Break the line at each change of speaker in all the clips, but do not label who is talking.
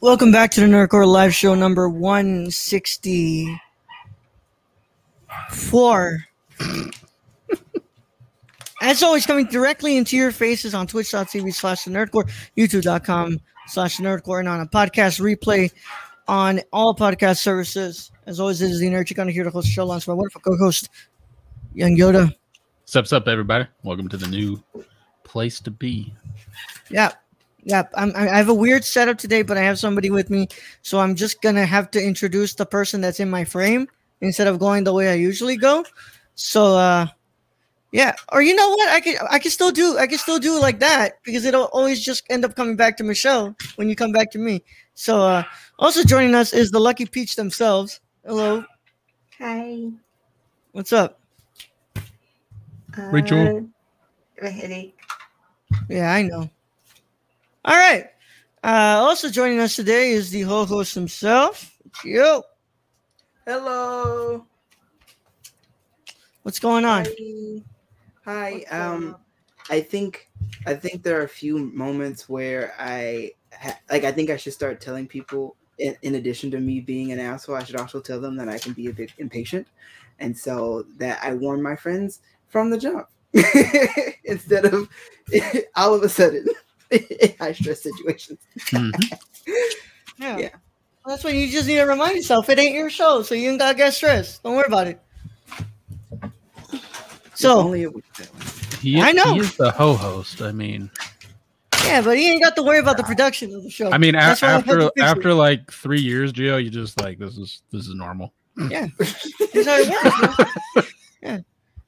Welcome back to the Nerdcore Live Show number 164. As always, coming directly into your faces on twitch.tv slash the nerdcore, youtube.com slash the nerdcore, and on a podcast replay on all podcast services. As always, this is the Nerd Chicano here to host the show, launched my wonderful co host, Young Yoda.
Sups up, everybody. Welcome to the new place to be.
Yep. Yep. I'm, I I have a weird setup today, but I have somebody with me. So I'm just going to have to introduce the person that's in my frame instead of going the way I usually go. So, uh, yeah. Or you know what? I could, I could still do, I could still do like that because it'll always just end up coming back to Michelle when you come back to me. So, uh, also joining us is the Lucky Peach themselves. Hello.
Hi.
What's up?
Rachel.
Uh, a headache.
Yeah, I know. All right. Uh, also joining us today is the ho host himself. It's you.
Hello.
What's going on?
Hi.
What's going
Um,
on?
I think I think there are a few moments where I ha- like. I think I should start telling people. In, in addition to me being an asshole, I should also tell them that I can be a bit impatient, and so that I warn my friends from the jump instead of all of a sudden in high stress situations.
Mhm.
Yeah.
Yeah.
Well, that's what you just need to remind yourself. It ain't your show, so you ain't gotta get stressed. Don't worry about it.
If
So
only it was that way.
He,
I know.
He is the ho host. I mean,
yeah, but you ain't got to worry about the production of the show.
I mean, a-
That's why I had
after
to fix it.
after like three years, Gio, you just like this is this is normal.
That's how it works, man. yeah.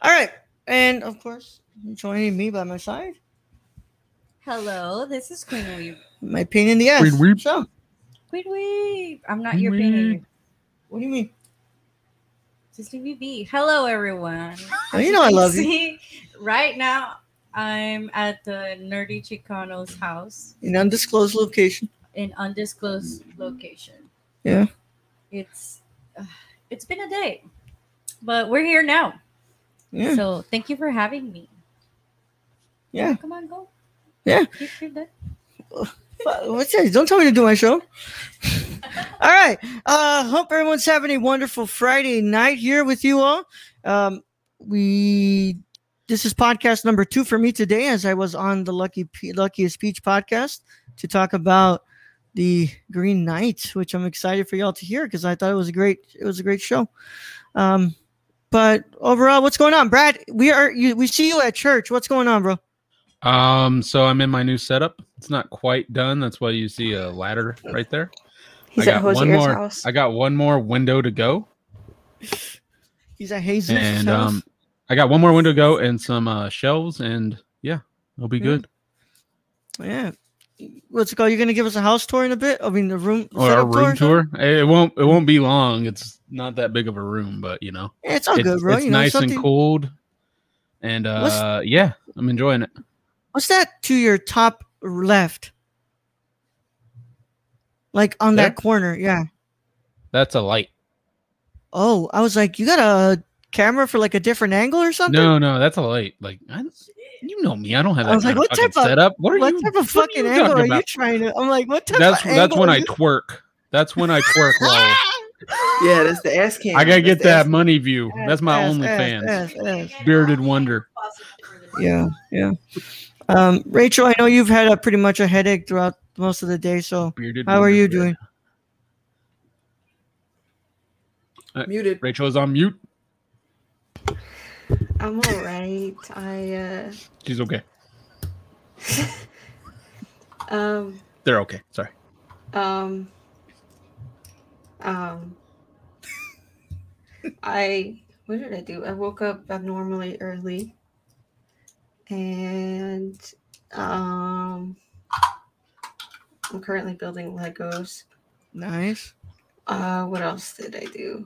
All right, and of course, joining me by my side,
Hello, this is Queen Weep.
my pain in the ass.
Queen Weep.
So,
Queen Weep. I'm not
Queen
your pain. in
Weep.
the-
what do you mean?
Just leave me be. Hello, everyone.
Oh, you know I love you.
See, right now, I'm at the Nerdy Chicano's house
In undisclosed location.
in undisclosed location.
Yeah.
It's uh, it's been a day, but we're here now.
Yeah.
So thank you for having me.
Yeah.
Come on, go.
Yeah.
Keep your day.
Fuck, What's that? Don't tell me to do my show. all right. Uh hope everyone's having a wonderful Friday night here with you all. Um we this is podcast number 2 for me today as I was on the Lucky Pe- Luckiest Peach podcast to talk about the Green Knight, which I'm excited for y'all to hear cuz I thought it was a great it was a great show. Um but overall what's going on? Brad, we are you, we see you at church. What's going on, bro?
Um, so I'm in my new setup. It's not quite done. That's why you see a ladder right there.
He's
I
at
got one
Hosier's
more.
house.
I got one more window to go,
He's at Jesus'
and
house.
um, I got one more window to go and some uh shelves, and yeah, it'll be
Yeah.
good.
Yeah. What's it called? You're gonna give us a house tour in a bit? I mean the room
or a
setup
Oh, room
or
tour. It it won't it won't be long. It's not that big of a room, but you know,
something? Yeah, it's all
it's,
good, bro.
it's
you know,
nice
something.
and cooled. And
What's-
uh, yeah, I'm enjoying it.
What's that to your top left? Like on
There?
that corner, yeah.
That's a light.
Oh, I was like, you got a camera for like a different angle or something?
No, no, that's a light. Like I, you know me, I don't have that
I was
kind
like, what
of fucking
type of-
setup. What are
what
you?
type of
what are
fucking
you
angle
talking
are you
about?
trying to? I'm like, what type
That's
of
that's
angle
when
are
I
you-
twerk. That's when I twerk live.
Yeah, that's the ass can.
I gotta
That's
get
the ass
that money view. That's my
Yes,
only
yes,
fans.
yes, yes.
Bearded Wonder.
yeah, yeah. Um, Rachel, I know you've had a pretty much a headache throughout most of the day. So,
Bearded
how are you
wonder.
doing?
Muted.
Rachel is on mute.
I'm all right. I uh
She's okay.
um
They're okay. Sorry.
um um I what did I do? I woke up abnormally early and um I'm currently building Legos.
Nice.
Uh, what else did I do?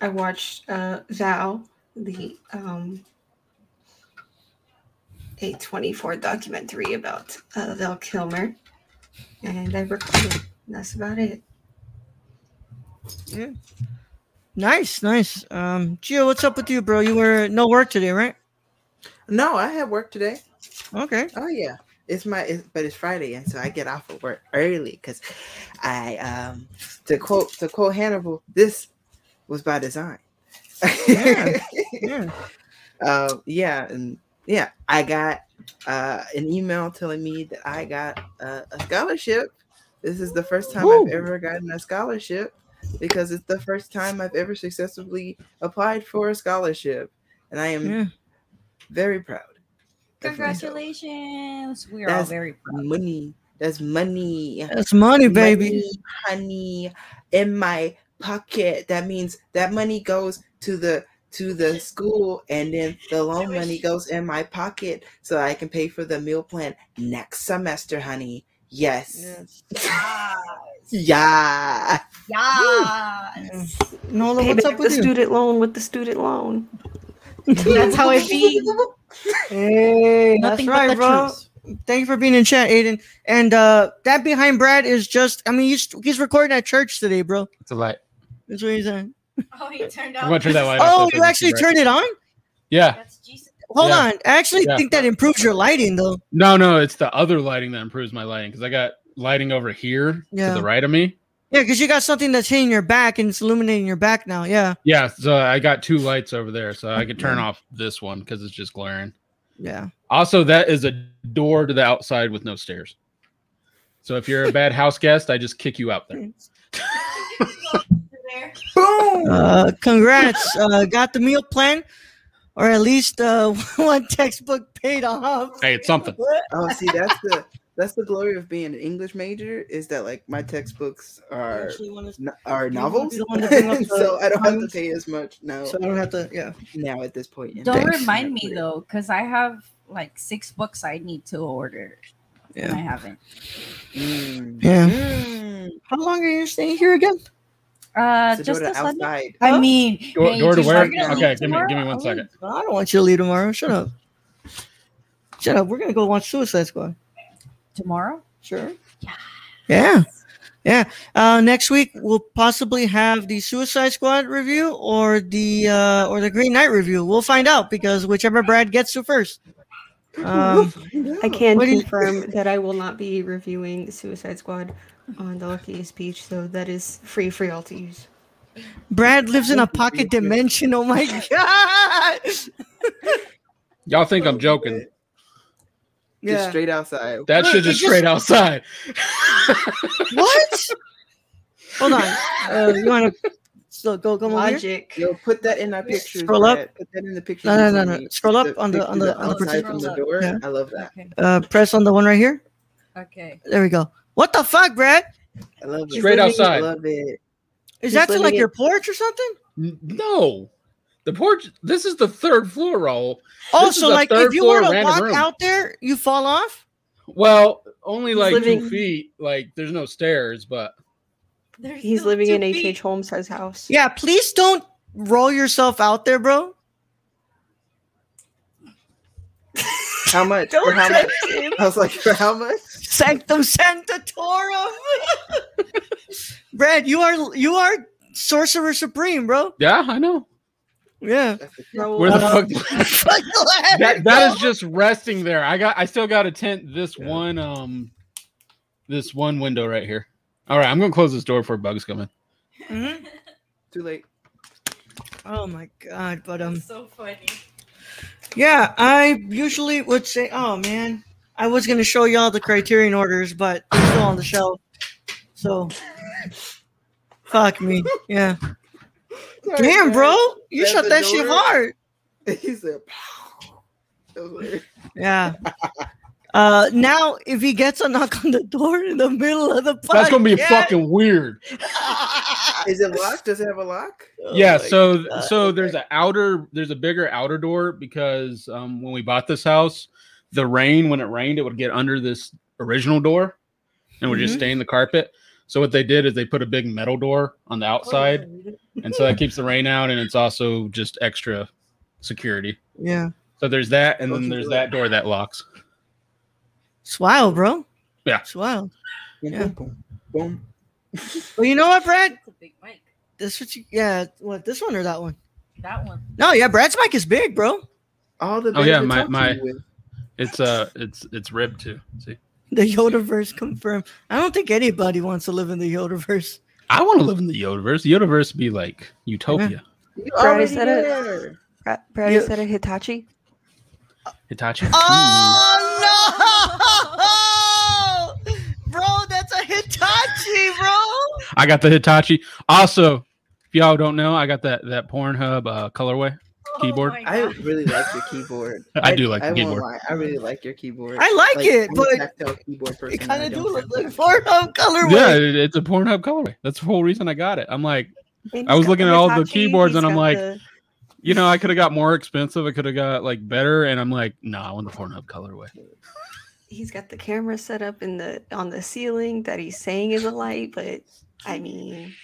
I watched uh Val, the um a 24 documentary about uh, Val Kilmer, and I recorded. That's about it.
Nice, nice. Um, Gio, what's up with you, bro? You were no work today, right?
No, I had work today.
Okay.
Oh yeah, it's my it's, but it's Friday, and so I get off of work early because I um to quote to quote Hannibal, this was by design.
Yeah. Yeah.
uh, yeah, and yeah, I got uh, an email telling me that I got uh, a scholarship. This is the first time
Woo.
I've ever gotten a scholarship because it's the first time I've ever successfully applied for a scholarship, and I am
Yeah.
very proud. of myself.
Congratulations. We are all
That's-
very proud.
Money. That's money.
That's money, baby.
Money, honey, in my pocket. That means that money goes to the to the school, and then the loan money goes in my pocket, so I can pay for the meal plan next semester, honey. Yes. Yeah.
Yes.
Nola, what's up with you?
student loan with the student loan.
That's how it be.
Hey, that's
Nothing but
right,
the
bro.
truth.
Thank you for being in chat, Aiden. And uh, that behind Brad is just, I mean, he's, he's recording at church today, bro.
It's a light.
That's what he's saying.
Oh, he turned
I'm gonna turn that light off. so
Oh,
it
you
doesn't
actually
see right.
turned it on?
Yeah.
That's Jesus.
Hold
Yeah.
on. I actually
Yeah.
think that improves your lighting, though.
No, no, it's the other lighting that improves my lighting because I got lighting over here
Yeah.
to the right of me.
Yeah, because you got something that's hitting your back and it's illuminating your back now. Yeah.
Yeah, so I got two lights over there, so I could turn off this one because it's just glaring.
Yeah.
Also, that is a door to the outside with no stairs. So if you're a bad house guest, I just kick you out there.
Boom.
Uh, congrats. uh, got the meal plan, or at least uh, one textbook paid off.
Hey, it's something.
oh, see, that's the that's the glory of being an English major is that like my textbooks are
Actually, one is-
no- are
You wanna be
novels,
the one to bring up the
so I don't have to
comments?
pay as much. No,
So I don't have to. Yeah.
now at this point. in
Don't
my
remind me
career.
though, because I have like six books I need to order. And
Yeah.
I haven't.
Mm.
Yeah.
Mm.
How long are you staying here again?
Uh,
So
just
door
a
to
Sunday.
outside.
I mean,
Door,
hey,
door to
just
where?
like you're gonna
Okay,
leave
give me
tomorrow,
give me one
I'll leave.
second.
Well, I don't want you to leave tomorrow. Shut up. Shut up. We're gonna go watch Suicide Squad.
Tomorrow?
Sure. Yeah. Yeah. Uh, next week we'll possibly have the Suicide Squad review or the uh, or the Green Knight review. We'll find out because whichever Brad gets to first. Um,
I can
What do you-
confirm that I will not be reviewing Suicide Squad on the Luckiest Beach, so that is free for y'all to use.
Brad lives in a pocket dimension. Oh my god.
Y'all think I'm joking?
Just
Yeah.
straight outside.
That shit is straight outside.
What? Hold on. Uh, you want to? So go go over here.
Logic.
Yo, put that in our pictures.
Scroll up.
Brad. Put that in the picture.
No, no, no, no. Scroll up on the- on the- on the
outside from the
projector.
door.
Yeah.
I love that.
Okay.
Uh, press on the one right here.
Okay.
There we go. What the fuck, Brad?
I love it.
Straight
I
outside.
love it.
Is
He's
that to
living
like
it-
your porch or something?
N- No, the porch. This is the third floor roll.
Oh,
is
so
a
like if
third
you
floor
were to
random
walk
room.
out there, you fall off.
Well, only like
living-
two feet. Like there's no stairs, but
There's
He's
still
living
two
in
feet.
H.H. Holmes' house.
Yeah, please don't roll yourself out there, bro.
How much? For how much? I was like, for how much?
Sanctum sanctorum. Brad, you are you are sorcerer supreme, bro.
yeah, I know.
Yeah.
Raoul-
Where the
Uh,
fuck?
Fuck the ladder,
that, that
bro.
is just resting there. I got I still got a tent this one um this one window right here. All right, I'm gonna close this door before bugs come in.
Mhm.
Too late.
Mm-hmm. Oh my god, but um
so funny.
yeah, I usually would say oh man, I was gonna show y'all the criterion orders, but they're still on the shelf. So fuck me. Yeah. Damn bro, you
That's
shot that shit
adorable.
hard.
he said, "Pow." That was weird.
Yeah. Uh now if he gets a knock on the door in the middle of the podcast,
That's gonna be fucking weird.
Is it locked? Does it have a lock?
Oh my
yeah. So
God.
so there's an outer there's a bigger outer door because um, when we bought this house, the rain when it rained it would get under this original door, and would just
Mhm.
stain the carpet. So what they did is they put a big metal door on the
Oh,
outside, and so that keeps the rain out, and it's also just extra security.
yeah.
So there's that, and
Don't
then
you
there's
do
that door that locks.
It's wild, bro.
Yeah.
It's wild. Yeah.
Boom, boom.
Well, you know what, Brad?
It's a big mic.
This what you yeah, what this one or that one?
That one.
No, yeah, Brad's mic is big, bro.
All the
Oh, yeah,
things we
my-
talked to
my-
you with.
It's uh it's it's ribbed too. See,
The Yodaverse confirmed. I don't think anybody wants to live in the Yodaverse.
I want to live in the Yodaverse. Yodaverse be like utopia.
You
Brad,
already
is that it?
there.
Brad, Brad
Yeah.
is that a Hitachi?
Hitachi.
Oh no, bro, that's a Hitachi, bro.
I got the Hitachi. Also, if y'all don't know, I got that that Pornhub uh, colorway. Keyboard?
Oh my
I
God.
really like your keyboard.
I do like
I
the
won't
keyboard.
lie, I really like your keyboard.
I like, it,
I'm a
but
tactile keyboard person,
it
and
kind
I
of do
don't
look
have
like
that.
Pornhub colorway.
Yeah, it, it's a Pornhub colorway. That's the whole reason I got it. I'm like, I was looking at all the keyboards and I'm like, you know, I could have got more expensive. I could have got like better, and I'm like, nah, I want the Pornhub colorway.
he's got the camera set up in the on the ceiling that he's saying is a light, but I mean,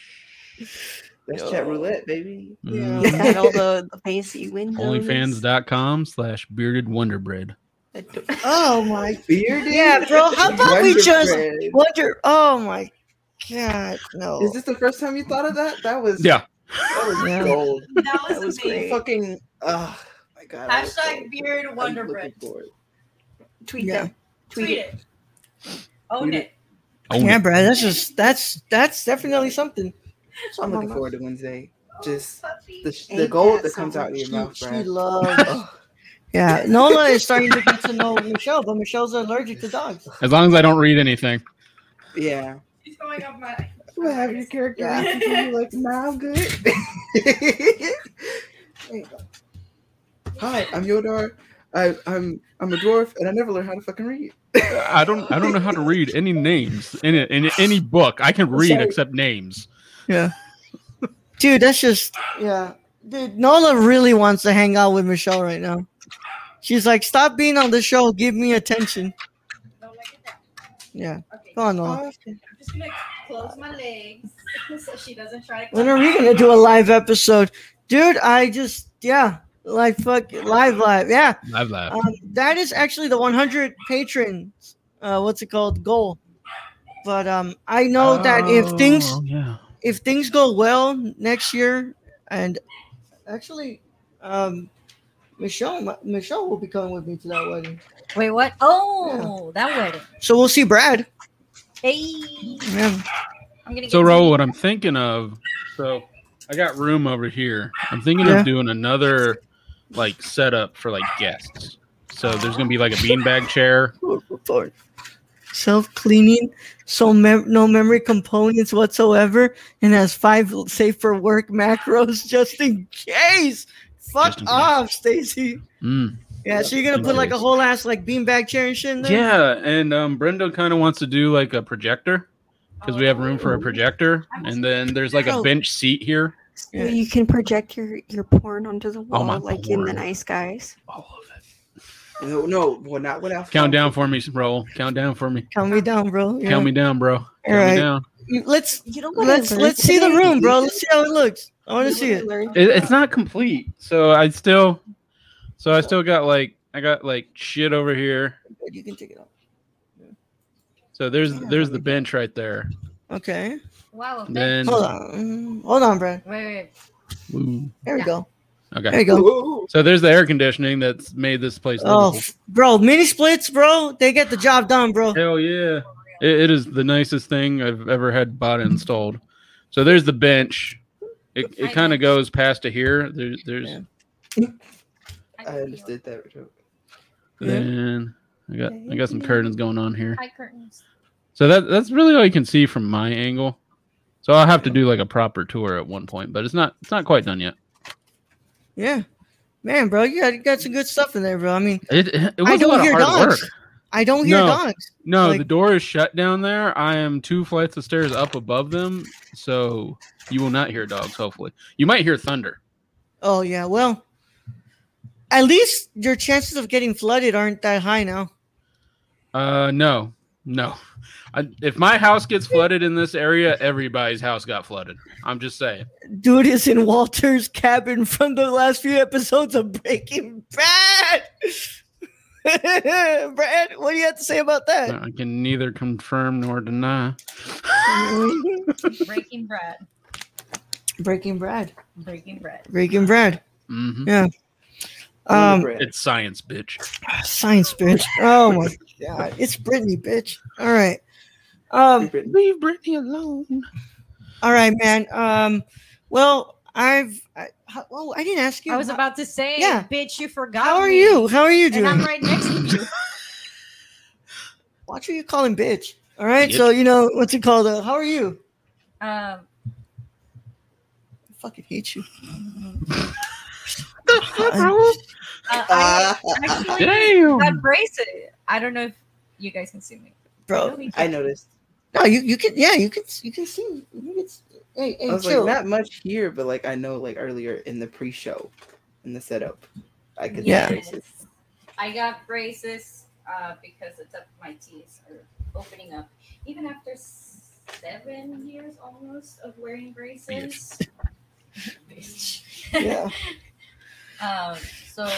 That's chat roulette, baby.
Mm.
he's got all the, the fancy windows.
Onlyfans.com slash bearded wonder bread.
the door-
Oh my
Bearded.
yeah, bro. How about we
Wonder
just
Bread.
wonder? Oh my god, no.
Is this the first time you thought of that? That was
Yeah.
That was
Yeah.
gold.
That was,
That was
amazing.
great.
Fucking. Oh my god. I was so-
Hashtag beard
I'm
wonder
looking
bread.
forward.
tweet
Yeah.
that. Tweet,
Tweet
it.
it. Own
Tweet
it.
Own
yeah,
it.
bro. That's just that's that's definitely something. Oh
I'm looking
Mama.
forward to Wednesday.
Oh,
Just the, sh- the
Ain't
gold
that
that comes out of your
She-
mouth,
she
Brad.
loves. yeah, Nola is starting to get to know Michelle, but Michelle's allergic to dogs.
As long as I don't read anything.
Yeah.
She's going up my.
You have your character
Yeah.
acting to be like, nah, I'm good. Hi, I'm Yodar. I, I'm I'm a dwarf, and I never learned how to fucking read.
I don't I don't know how to read any names in a, in any book. I can read
Sorry.
except names.
Dude, that's just yeah. Dude, Nola really wants to hang out with Michelle right now. She's like, stop being on the show, give me attention.
Don't make it down.
Yeah,
Okay.
go on,
Uh,
Nola.
I'm just gonna close my legs so she doesn't try to.
When are we gonna do a live episode, dude? I just yeah, like fuck live live yeah.
I've laughed.
Um, that is actually the 100 patrons. Uh, what's it called? Goal. But um, I know that if things
Oh, yeah.
if things go well next year, and actually, um, Michelle Michelle will be coming with me to that wedding,
Wait, what? Oh, that wedding.
so we'll see Brad.
Hey,
Yeah.
I'm gonna.
So
get-
Raul, what I'm thinking of, so I got room over here. I'm thinking
Yeah.
of doing another like setup for like guests. So there's gonna be like a beanbag chair.
Oh, Self cleaning, so mem- no memory components whatsoever, and has five safe for work macros just in case. Fuck
Just in case.
off, Stacy.
Mm.
Yeah, so you're gonna put like a whole ass like beanbag chair and shit in there.
Yeah, and um, Brenda kind of wants to do like a projector because we have room for a projector, and then there's like
Oh.
a bench seat here.
Yeah.
Well, you can project your your porn onto the
Oh,
wall,
my
like in the
porn.
nice guys.
All of it.
No, no, well, not without
Count down for me, Raul. Count down for me.
Count me down, bro. Yeah.
Count me down, bro. Count
All right.
me down.
Let's
You don't want
let's
to
let's see the room, bro. Let's see how it looks. I want to see it.
It, it's not complete, so I still, so I still got like I got like shit over here.
You can take it off.
So there's there's the bench right there.
Okay.
Wow.
And then
Hold on. Hold on, bro.
Wait, wait.
Ooh,
There we
Yeah.
go. There
okay.
you go.
So there's the air conditioning that's made this place.
Oh,
livable.
f- bro, mini splits, bro. They get the job done, bro.
Hell yeah. It, it is the nicest thing I've ever had bought and installed. So there's the bench. It,
I
it kind
know.
of goes past to here. There, there's
Yeah.
I understood that joke.
Yeah.
then I got I got some curtains going on here.
High curtains.
So that that's really all you can see from my angle. So I'll have to do like a proper tour at one point, but it's not it's not quite done yet.
Yeah. Man, bro, you got, you got some good stuff in there, bro. I mean,
It it
I
was a
don't
lot of
hear
hard
dogs.
work.
I don't hear
No.
dogs.
No,
Like-
the door is shut down there. I am two flights of stairs up above them, so you will not hear dogs. Hopefully, you might hear thunder.
Oh, yeah. Well, at least your chances of getting flooded aren't that high now.
Uh, no, no. I, if my house gets flooded in this area, everybody's house got flooded. I'm just saying.
Dude is in Walter's cabin from the last few episodes of Breaking Bad. Brad, what do you have to say about that?
I can neither confirm nor deny.
Breaking bread.
Breaking Brad.
Breaking bread.
Breaking Brad.
hmm
Only
Um,
bread.
It's science, bitch.
Science, bitch. Oh my god, it's Brittany, bitch. All right, um,
Brittany.
Leave Brittany alone.
all right, man. Um, well, I've. I, how, oh, I didn't ask you.
I was
how,
about to say,
Yeah.
bitch, you forgot.
How are
me.
you? How are you
And I'm
doing?
right next to you.
Watch who you calling bitch. All right,
Bitch.
so you know what's it called? Uh, how are you? I
Um,
fucking hate you.
uh, I
Ah,
actually
Damn.
got bracelet. I don't know if you guys can see me.
bro.
I noticed.
No, you you can yeah you can you can see. You can see. Hey,
I
hey,
was
chill.
like, not much here, but like I know, like earlier in the pre-show, in the setup, I could. see
Yeah.
faces.
I got braces uh, because the top of my teeth are opening up. Even after seven years almost of wearing braces. Bitch.
Yeah.
Um, so the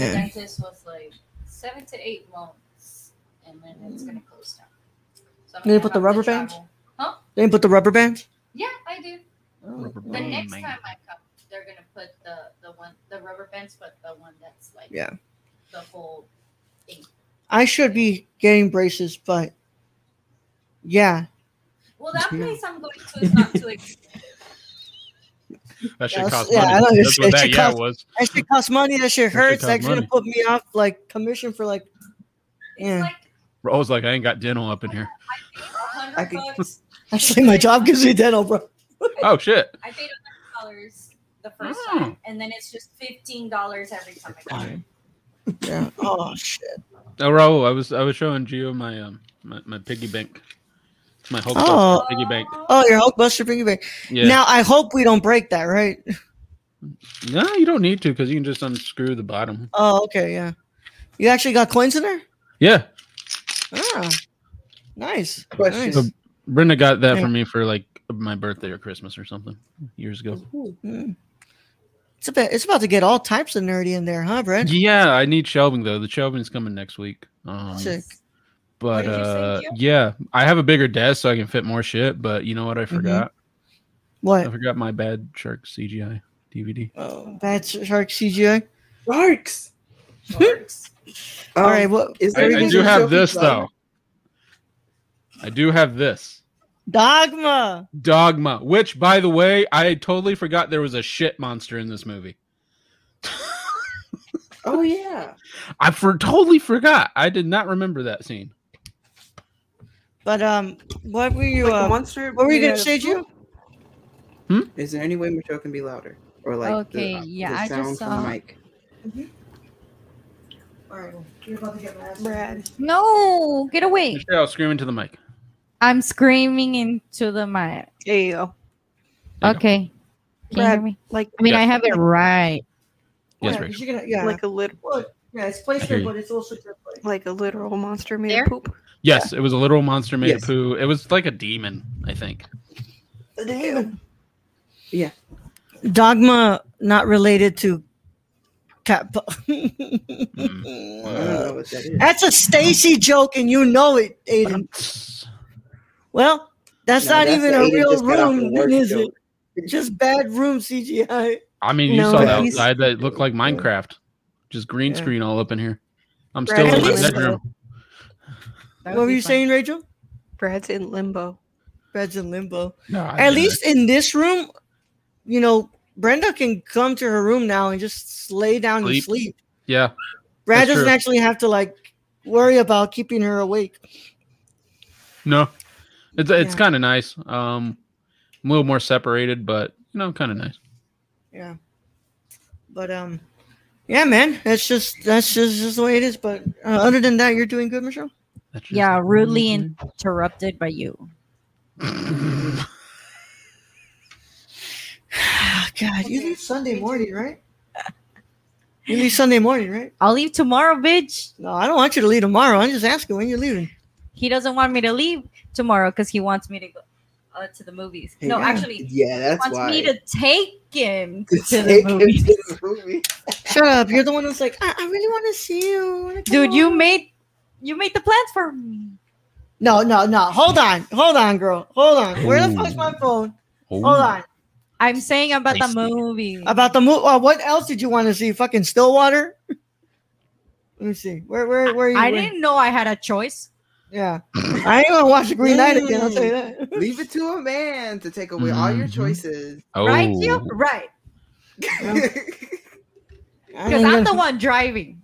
Yeah.
dentist was like seven to eight months, and then it's gonna close down. So I'm
Did they
gonna
put the
have to
rubber band?
travel.
They didn't put the rubber band.
Yeah, I do.
Oh,
Rubber
The
band,
next
man.
time I come, they're gonna put the the one the rubber bands, but the one that's like
Yeah.
the whole.
I should be getting braces, but yeah,
Well, that
Yeah.
place I'm going to is not too expensive.
That should
Yeah,
cost
yeah,
money.
I know, it
That's
should- it
what that
should
yeah
cost-
was.
that shit costs money. That shit
shit
hurts.
costs
That's gonna
money.
put me off like commission for like
It's
Yeah.
like
I was like, I ain't got dental up in here.
a
I
hundred
could-
bucks.
Actually, my job gives me dental, bro.
Oh shit.
I paid hundred dollars the first
Oh.
time, and then it's just fifteen dollars every time I go.
Yeah. Oh shit.
Oh, Raul, I was I was showing Gio my um my, my piggy bank, my Hulk
Oh.
piggy bank.
Oh, your Hulkbuster piggy bank.
Yeah.
Now I hope we don't break that, right?
no, you don't need to because you can just unscrew the bottom.
Oh, okay, yeah. You actually got coins in there?
Yeah,
Ah, nice.
Question.
Nice.
Brenda got that
Yeah.
for me for like my birthday or Christmas or something years ago.
Mm. It's a bit, It's about to get all types of nerdy in there, huh, Brett?
Yeah, I need shelving though. The shelving's coming next week. Um,
Sick.
but
What did you say,
uh,
Gio?
yeah, I have a bigger desk so I can fit more shit. But you know what? I forgot. I
Mm-hmm. What?
forgot my Bad Shark CGI DVD.
Oh, bad shark CGI.
Sharks. Um, Sharks.
all right. Well,
Is
I,
there
I
even
do
a
have
trophy
this
flower?
though. I do have this
dogma.
dogma, which, by the way, I totally forgot there was a shit monster in this movie.
Oh yeah.
I for totally forgot. I did not remember that scene.
But um, what were you?
Like a
Uh,
monster.
what were you
made
gonna
out of
say, Gio?
flour? Is there any way Michelle can be louder or like
Okay,
The,
yeah,
the
I just
sound from
saw-
the mic.
Brad.
No, get away!
Michelle screaming to the mic.
I'm screaming into the mic.
There you
There
go.
you go.
Okay, can you hear
Brad,
me?
like
I mean,
Yeah.
I have it right.
Yes,
yeah,
Rachel.
you're gonna- yeah.
like a lit
yeah, it's placed
hear
there,
you.
but it's also just like.
like a literal monster made
There?
of poop.
Yes, it was a literal monster made
Yes.
of poo. It was like a demon, I think.
Dogma not related to cat.
Mm.
I don't know what that is.
That's a Stacy joke, and you know it, Aiden. Well, that's
No,
not
that's
even
the
a
Aiden
real
just got off the
room,
work
then, is
joke.
it? Just bad room CGI.
I mean, you
No,
saw the
but he's-
outside that looked like Minecraft, just green
Yeah.
screen all up in here. I'm
Right,
still
at
in my
least-
bedroom.
what were you saying, Rachel?
Brad's in limbo.
Brad's in limbo.
No, I
At
didn't.
least in this room, you know, Brenda can come to her room now and just lay down and
Sleep.
sleep.
Yeah.
Brad
That's
doesn't
true.
actually have to like worry about keeping her awake.
No. It's it's
Yeah.
kind of nice. Um, I'm a little more separated, but you know, kind of nice.
Yeah. But um yeah, man, that's just that's just, just the way it is. But uh, other than that, you're doing good, Michelle.
That's just-
Yeah, rudely
Mm-hmm.
interrupted by you.
Oh, God, you leave Sunday morning, right? You leave Sunday morning, right?
I'll leave tomorrow, bitch.
No, I don't want you to leave tomorrow. I'm just asking when you're leaving.
He doesn't want me to leave tomorrow because he wants me to go uh, to the movies.
Hey,
no,
yeah.
actually,
yeah, that's
wants
why.
me to take him
To
to the
take him
movies.
to the movie.
Shut up. You're the one that's like, I, I really want to see you. I wanna come
Dude, you
over."
made you made the plans for me.
No, no, no. Hold on. Hold on, girl. Hold on. Where the
Ooh.
fuck's my phone?
Oh,
Hold on.
I'm saying about the
Tasty.
movie.
About the movie. Uh, what else did you want to see? Fucking Stillwater? Let me see. Where, where, where are you?
I
where-
didn't know I had a choice.
Yeah. I ain't gonna watch the Green Knight again, I'll tell you that.
Leave it to a man to take away all your
Mhm.
choices.
Right, you? Right.
I
Because
ain't
I'm
gonna-
the one driving.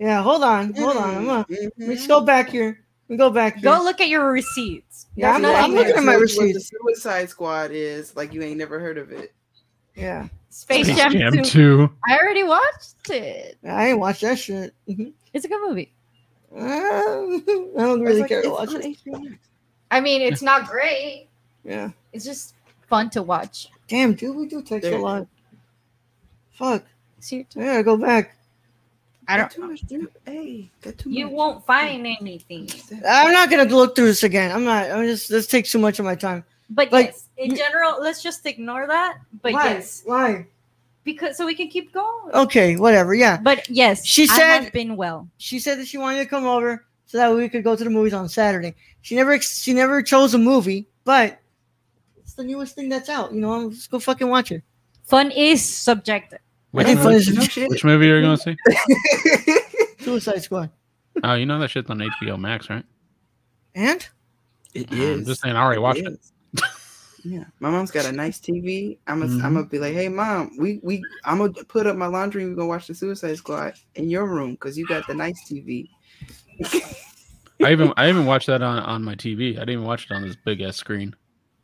Yeah, hold on, hold on. I'm gonna,
Mhm.
let's go back here. We go back here.
Go look at your receipts.
Yeah, I'm,
See,
not,
like,
I'm
they
looking at my
told you what
receipts.
The Suicide Squad is like you ain't never heard of it.
Yeah,
Space
Space
Jam,
Jam
2.
2.
I already watched it.
I ain't watched that shit. Mhm.
It's a good movie.
Uh, I don't
I was
really
like,
care to
it's
watch
on
it.
HBO.
I mean, it's not great.
Yeah.
It's just fun to watch.
Damn, dude, we do text a
There.
lot. Fuck.
See,
I gotta go back.
I
Got
don't.
too much, dude. Hey, got too
You
much.
won't find anything.
I'm not gonna look through this again. I'm not. I'm just. This takes too much of my time.
But
Like,
yes, in
you-
general, let's just ignore that. But
Why?
yes,
Why?
because so we can keep going.
Okay. Whatever. Yeah.
But yes,
Oh. She
I
said-
have been well.
she said that she wanted to come over so that we could go to the movies on Saturday. She never she never chose a movie, but it's the newest thing that's out. You know, let's go fucking watch it.
Fun is subjective.
Which,
I think fun
movie,
is
No shit.
which movie are you going to see?
Suicide Squad.
Oh, you know that shit's on HBO Max, right?
And
It
I'm
is.
just saying, I already watched it.
is. yeah, my mom's got a nice TV. I'm gonna,
Mm-hmm.
I'm gonna be like, hey, mom, we we I'm gonna put up my laundry. and We gonna watch the Suicide Squad in your room because you got the nice TV.
I even I even watched that on, on my TV. I didn't even watch it on this big ass screen.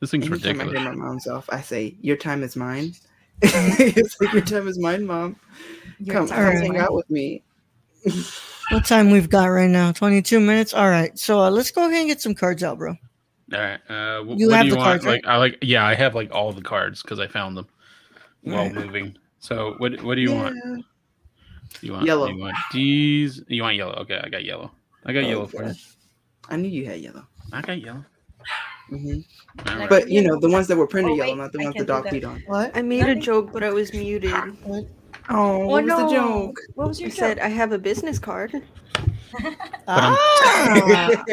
This thing's
Anytime I
ridiculous.
hear my mom's off, I say, your time is mine. it's like your time is mine, mom.
Your
Come, come
time is
hang
mine.
out with me.
what time we've got right now? Twenty two minutes. All right, so uh, let's go ahead and get some cards out, bro.
All right. Uh, wh-
You
what
have
do you
the
want?
cards,
like I like yeah, I have like all the cards because I found them while
Right.
moving. So what what do you want?
Yeah.
You want
Yellow.
You want these? You want yellow? Okay, I got yellow. I got
Oh,
yellow for you.
gosh. I knew you had yellow.
I got yellow.
Mhm.
All right.
But you know the ones that were printed
Oh,
yellow,
wait,
not the
I
ones the
can't do
dog
that.
peed on.
What?
I made a joke, but I was muted.
Oh, what was the joke?
What was
I
your joke?
said I have a business card.
I'm-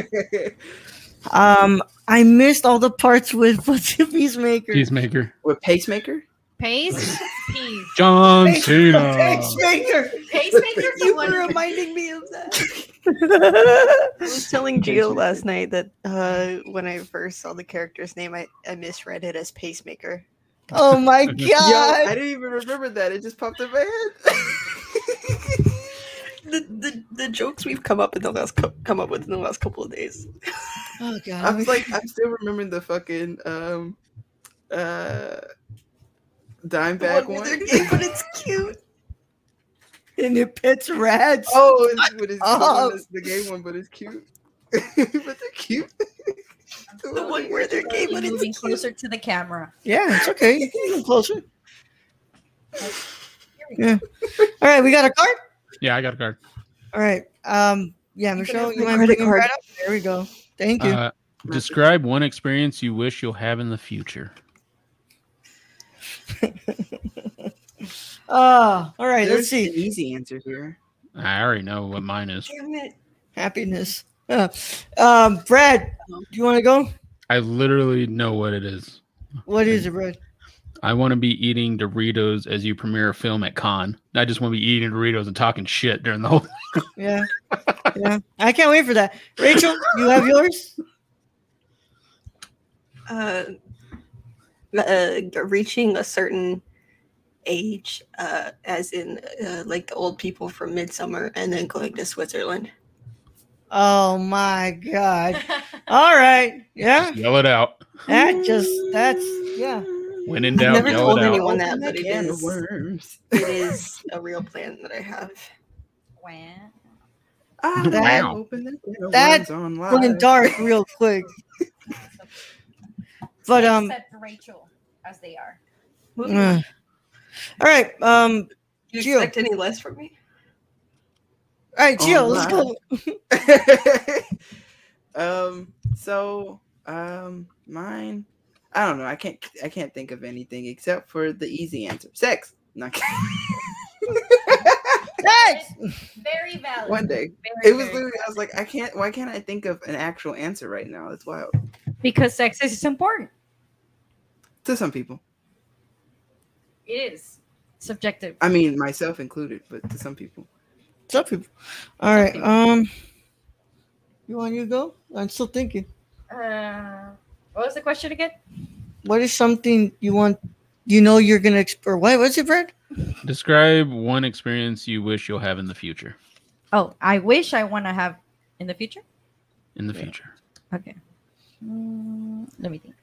Ah! um, I missed all the parts with what's your peacemaker.
Peacemaker.
With pacemaker?
Pace, peace.
John
Thanks-
Cena.
Peacemaker.
Pacemaker's the
You
one.
were reminding me of that. I
Peacemaker.
was telling Gio last night that uh, when I first saw the character's name, I, I misread it as pacemaker.
oh my
Yo, I
god.
didn't even remember that. It just popped in my head.
The, the the jokes we've come up in the last cou- come up with in the last couple of days.
Oh god.
I was like, I'm still remembering the fucking um uh dime
The
bag
one
one.
with their name, but it's cute.
and it pits rats.
Oh, it's, but it's the,
Oh.
one that's the gay one, but it's cute. but they're cute.
The one where they're gay, but it's
moving
cute.
closer to the camera.
Yeah, it's okay. You can come closer. Yeah. All right, we got a card.
Yeah, I got a card.
All right. Um. Yeah, Michelle,
have
you
my
mind
credit
bringing
card.
Brad up? There we go. Thank you.
Uh, describe one experience you wish you'll have in the future.
Uh, all right. Let's
There's
see.
an easy answer here.
I already know what mine is.
Damn it.
Happiness. Uh, um, Brad, do you want to go?
I literally know what it is.
What is it, Brad?
I want to be eating Doritos as you premiere a film at con. I just want to be eating Doritos and talking shit during the whole.
Yeah. Yeah. I can't wait for that. Rachel, you have yours?
Uh, uh, reaching a certain age, uh, as in uh, like the old people from Midsummer, and then going to Switzerland.
Oh my god. All right. Yeah.
Yell it out.
That just that's yeah.
When in
I've
doubt,
never
yell
told
it out.
anyone that, but it
Can of
is
worms.
it is a real plan that I have.
Wow.
Ah,
Wow.
Open that can of
That
worms on
Going
live.
dark real quick. But um
Except Rachel, as they are.
Moving on.
uh, all right. Um
you
Jill.
expect any less from me?
all right, Jill, let's
All
go.
um so um mine i don't know i can't i can't think of anything except for the easy answer sex not kidding.
Next.
Very valid.
one day
Very,
it was
very-
literally i was like i can't why can't i think of an actual answer right now that's wild
Because sex is important.
to some people
It is.
Subjective.
i mean myself included but to some people
What's up, people? All right. Um you want you to go? I'm still thinking.
Uh, what was the question again?
What is something you want you know you're gonna exp- or what was it, Brad?
Describe one experience you wish you'll have in the future.
Oh, I wish I want to have in the future.
In the future.
Okay. Mm, let me think.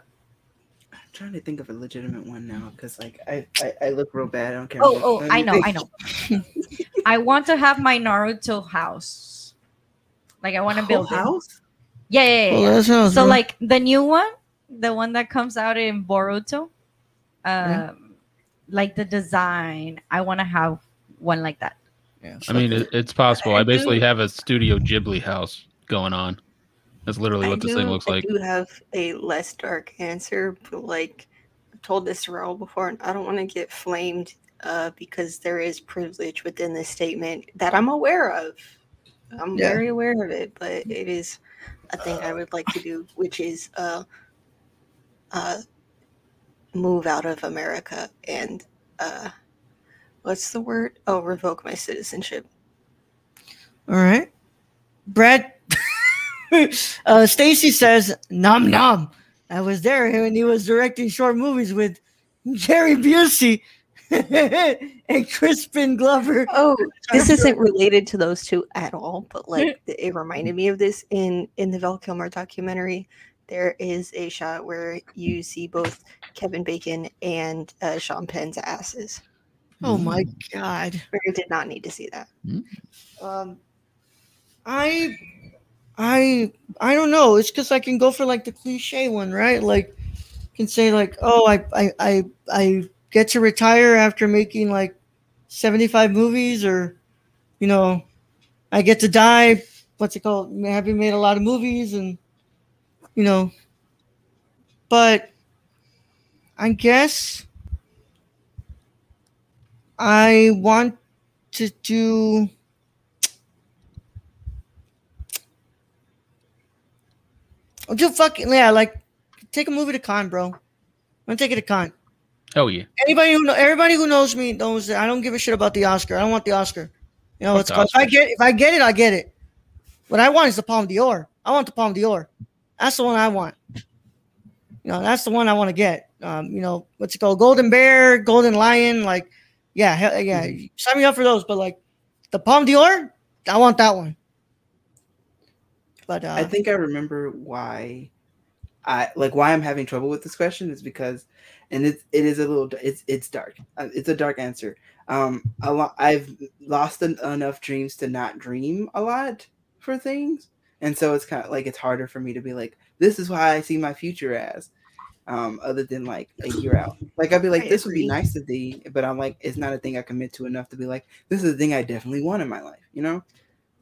i'm trying to think of a legitimate one now because like I, I i look real bad i don't care
Oh, oh, I know, I know. I want to have my Naruto house. Like I want to build it.
house
Yeah, yeah, yeah.
Oh,
yeah.
that sounds
so
good.
like the new one the one that comes out in boruto um like the design i want to have one like that
I mean, it, it's possible. I basically have a Studio Ghibli house going on. That's literally
I
what this thing
do-
looks
I
like.
do have a less dark answer, but like I've told this to Raul before, and I don't want to get flamed uh, because there is privilege within this statement that I'm aware of. I'm
Yeah.
very aware of it, but it is a thing I would like to do, which is uh, uh, move out of America and uh, what's the word? Oh, revoke my citizenship.
All right. Brad uh Stacy says nom nom. I was there when he was directing short movies with Jerry Busey and Crispin Glover.
oh this isn't related to those two at all but like th- it reminded me of this in in the val kilmer documentary there is a shot where you see both kevin bacon and uh, sean penn's asses
Oh my god.
i did not need to see that
Um I I I don't know. It's because I can go for like the cliche one, right? Like can say like, oh I I I, I get to retire after making like 75 movies or you know i get to die what's it called having made a lot of movies and you know but i guess i want to do I'll do fucking yeah like take a movie to con bro i'm gonna take it to con
Oh yeah.
anybody who know, everybody who knows me knows that I don't give a shit about the Oscar. I don't want the Oscar. You know
Fuck
what's
the
called? If I
Oscar.
get if I get it, I get it. What I want is the Palm d'Or. I want the Palm d'Or. That's the one I want. You know, that's the one I want to get. Um, you know, what's it called? Golden Bear, Golden Lion, like, yeah, hell, yeah.
Mm-hmm.
Sign me up for those, but like, the Palm d'Or, I want that one. But uh,
I think I remember why I like why I'm having trouble with this question is because, and it's it is a little it's it's dark. Uh, It's a dark answer. Um, a lot I've lost en- enough dreams to not dream a lot for things, and so it's kind of like it's harder for me to be like this is why I see my future as. Um, other than like a year out, like I'd be like,
I
this would be
agree.
nice to be, but I'm like, it's not a thing I commit to enough to be like, this is the thing I definitely want in my life, you know?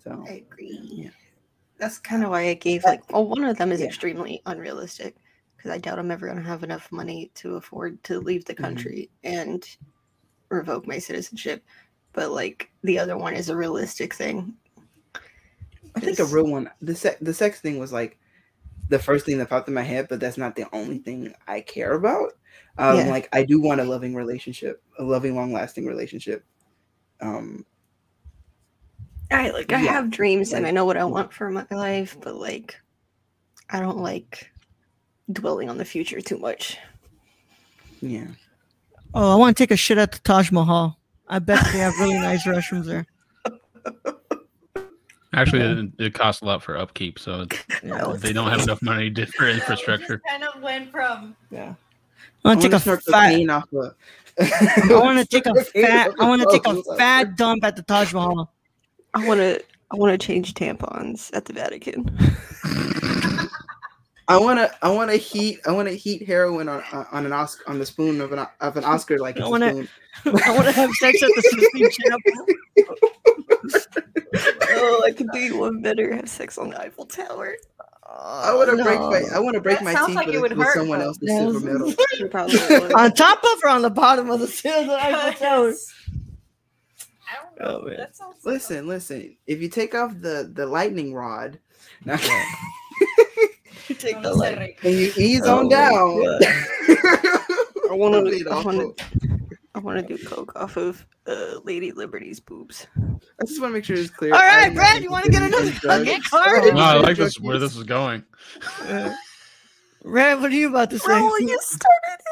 So,
i agree
yeah,
that's kind of why i gave like well one of them is
Yeah.
extremely unrealistic because i doubt i'm ever going to have enough money to afford to leave the
Mhm.
country and revoke my citizenship but like the other one is a realistic thing
I think a
Just-
real one. The se- the sex thing was like the first thing that popped in my head, but that's not the only thing I care about. Um,
Yeah.
Like I do want a loving relationship, a loving, long lasting relationship. Um,
I like I
Yeah,
have dreams and I
like-
know what I want for my life, but like I don't like dwelling on the future too much.
Yeah.
Oh, I want to take a shit at the Taj Mahal. I bet they have really nice restrooms there.
Actually, it, it costs a lot for upkeep, so it's, they don't have enough money to, for infrastructure.
Just kind of went from
Yeah.
I want to take a
snort
fat.
cocaine off of-
I want to take a fat. I want to take a fat dump at the Taj Mahal.
I want to. I want to change tampons at the Vatican.
I want to. I want to heat. I want to heat heroin on, on an Oscar on the spoon of an of an Oscar like it's
I
a
wanna-
spoon.
I want to have sex at the Sistine Chapel.
oh, I could do one better. Have sex on the Eiffel Tower.
I want to break my. I want to break
That
my
sounds
teeth
like
with,
it would
a- with
hurt,
someone
but-
else's silver medal.
You probably would.
on top of or on the bottom of the silver Eiffel Tower.
I don't
Oh,
know.
man.
that sounds
Listen, listen. If you take off the the lightning rod, and
You take
Don't
the
say
light.
rape.
you ease
Oh,
on down.
I want
It'd be
to. I
awful.
want to. I want to do coke off of uh, Lady Liberty's boobs.
I just want to make sure it's clear.
All
I
right,
am
Brad,
not
you wanna get
interested in
another
drugs.
fucking card?
Oh,
No, I like
drug
this where
use.
this is going.
Uh, Red, what are you about to say?
Raul, you started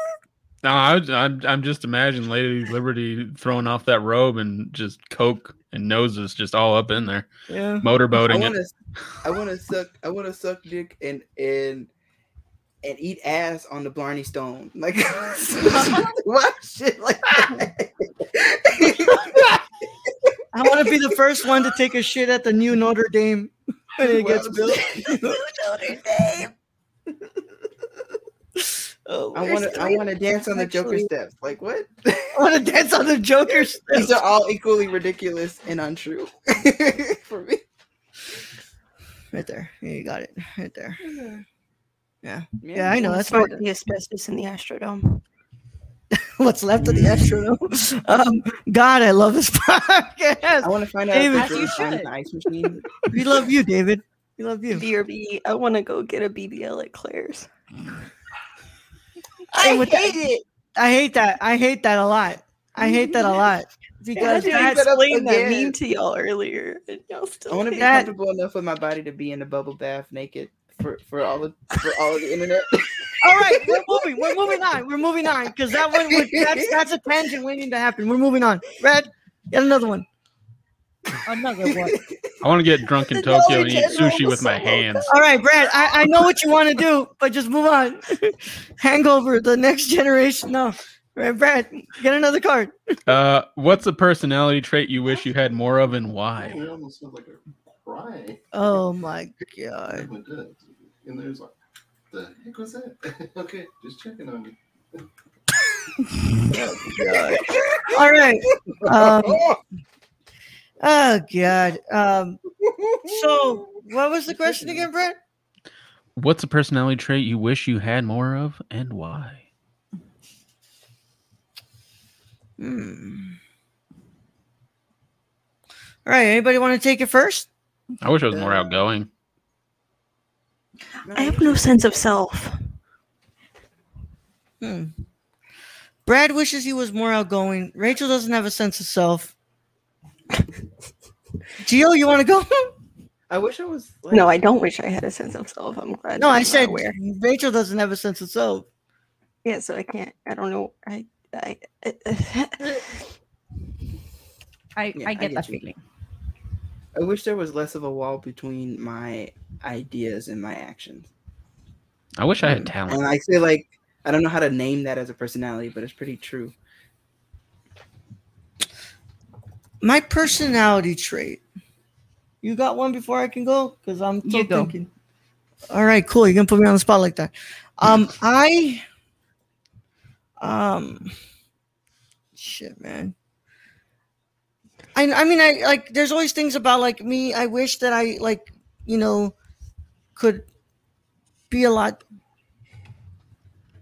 No, I, was- I'm I'm just imagining Lady Liberty throwing off that robe and just coke and noses just all up in there,
Yeah.
I
motorboating
want
it.
to. I want to suck. I want to suck dick and and and eat ass on the Blarney Stone. Like what shit like that.
I want to be the first one to take a shit at the new Notre Dame when it gets
Well,
built.
Oh,
I want to. I want to dance on the Joker
Actually-
steps. Like what?
I want to dance on the Joker's.
These are all equally ridiculous and untrue for me.
Right there. Yeah, you got it. Right there. Mm-hmm. Yeah,
Yeah.
I know. That's my,
the asbestos in the Astrodome.
what's left of the astronauts. Um, God, I love this
I
podcast.
want to find out
David,
if
you
the Joker finds
should.
the ice machine.
We love you, David. We love you.
BRB. I want to go get a BBL at Claire's.
I hate it. I hate that. I hate that a lot. I hate that a lot
I
because
That's-
didn't
that's
explain that
again.
meme to y'all earlier, and y'all still.
I want to be
That-
comfortable enough with my body to be in a bubble bath naked for for all of for all of the internet.
All right, we're moving. We're moving on. We're moving on because that one would, that's that's a tangent waiting to happen. We're moving on. Red, get another one. Another one.
I want to get drunk in
The Dollar
Tokyo and eat
General
sushi with my
solo
hands.
All right, Brad. I, I know what you want to do, but just move on. Hangover, the next generation. No, right, Brad. Get another card.
Uh, what's a personality trait you wish you had more of and why?
I almost sound like a cry.
Oh my
I
god.
did. And there's like, the heck was that? okay, just checking on you.
All right. Um, oh god. Um, so what was the question again, Brad?
What's a personality trait you wish you had more of and why?
Hmm. All right. Anybody want to take it first?
I wish I was more outgoing.
I have no sense of self.
Hmm. Brad wishes he was more outgoing. Rachel doesn't have a sense of self. Gio, you want to go?
I wish I was. Like,
No, I don't wish I had a sense of self. I'm glad.
no,
that I'm
I
not
said
aware.
Rachel doesn't have a sense of self.
Yeah, so I can't. I don't know. I. I. I
Yeah, I
I, I get
get
that
you.
feeling.
I wish there was less of a wall between my ideas and my actions.
I wish I
Mm.
had
And
Uh-huh.
talent.
I say like I don't know how to name that as a personality, but it's pretty true.
My personality trait. You got one before I can go because I'm still
You go.
thinking. All right, cool. You're gonna put me on the spot like that. Um, I. Um. Shit, man. I I mean I like. There's always things about like me. I wish that I like you know could be a lot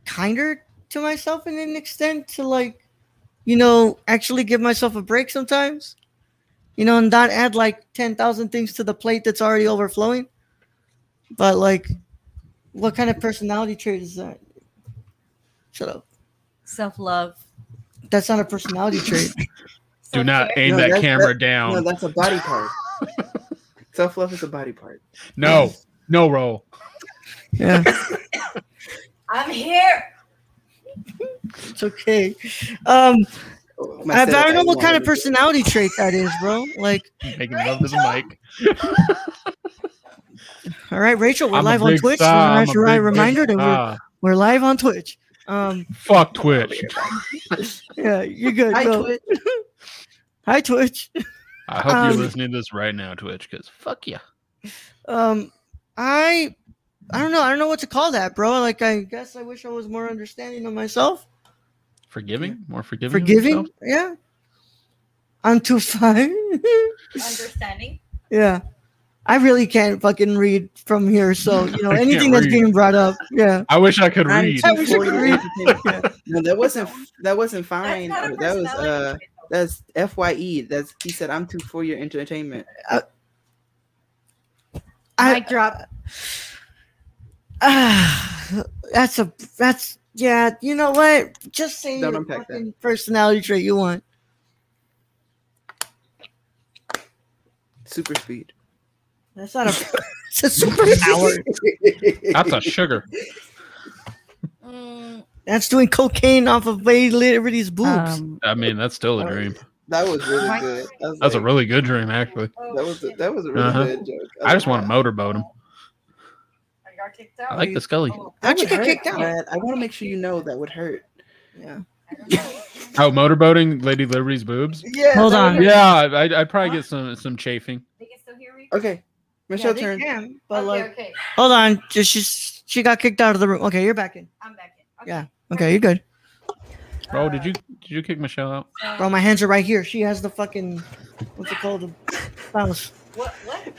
kinder to myself in an extent to like you know actually give myself a break sometimes you know and not add like 10,000 things to the plate that's already overflowing but like what kind of personality trait is that shut up
Self love.
that's not a personality trait
Do not aim
No,
that
that's-
camera
No,
down.
that's a body part. Self love is a body part.
No, no roll.
yeah
I'm here.
It's okay. Um,
Oh, My
I
setup,
don't know what
wanted
kind of
to-
personality trait that is, bro. Like,
Making love to the mic.
all right, Rachel, we're
I'm a
live on
big
Twitch.
star,
Nice
I'm a big
reminder that we're,
star.
we're live on Twitch. Um,
Fuck Twitch.
yeah, you're good.
Hi,
bro.
Twitch.
Hi, Twitch.
I hope
Um,
you're listening to this right now, Twitch, because fuck you.
Um, I, I don't know. I don't know what to call that, bro. Like, I guess I wish I was more understanding of myself.
Forgiving? More forgiving? of
Forgiving?
yourself?
Yeah. I'm too fine.
Understanding.
yeah. I really can't fucking read from here. So, you know,
I can't
anything that's
read.
being brought up. Yeah.
I wish I could
I'm
read.
I wish I could read. Yeah.
No, that wasn't that wasn't
That's
fine.
not a
That was uh
personality trait,
that's FYE. That's he said I'm too for your entertainment.
I,
Mic drop.
Ah, that's a, that's, yeah. You know what? Just say
Don't
your
unpack that.
fucking personality trait you want.
Super speed.
That's not a, it's a superpower.
That's a sugar.
though. Mm,
that's doing cocaine off of Lady Liberty's boobs.
Um,
I mean, that's still a dream.
That was really
Mike-
good. That was,
That's a
like-
really good dream, actually.
oh,
that was a,
shit.
that was a really
Uh-huh.
good joke.
I just want to motorboat him.
I got kicked out.
I like the Scully.
Oh,
How'd you
That
get
would
kicked
hurt,
out?
Brad. I want to make sure you know that would hurt.
Yeah.
I don't know.
Oh, motorboating Lady Liberty's boobs?
Yeah.
Hold
that
on.
would hurt.
Yeah, I I probably get some some chafing.
They can still hear me.
Okay. Michelle
they
turn.
can, but
okay,
like,
okay.
hold on. Just she, she got kicked out of the room. Okay, you're back in.
I'm back in. Okay.
Yeah. Okay, you're good.
Bro, Oh, did you did you kick Michelle out?
Uh,
Bro, my hands are right here. She has the fucking what's it called? The mouse.
what? What?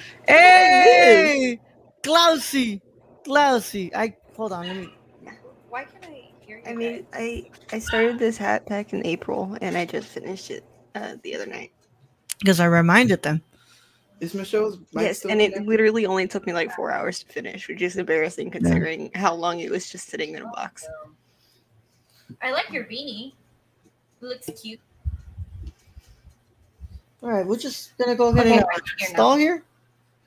Hey, Glousy, Glousy. I hold on. Let me.
Why can I hear you?
I mean, I I started this hat back in April, and I just finished it uh, the other night.
Because I reminded them.
Is Michelle's mic
yes,
still
and it
connected?
literally only took me like four hours to finish, which is embarrassing considering how long it was just sitting in a box.
I like your beanie. It looks cute.
All right, we're just gonna go ahead
Okay,
and
I can hear now.
stall here.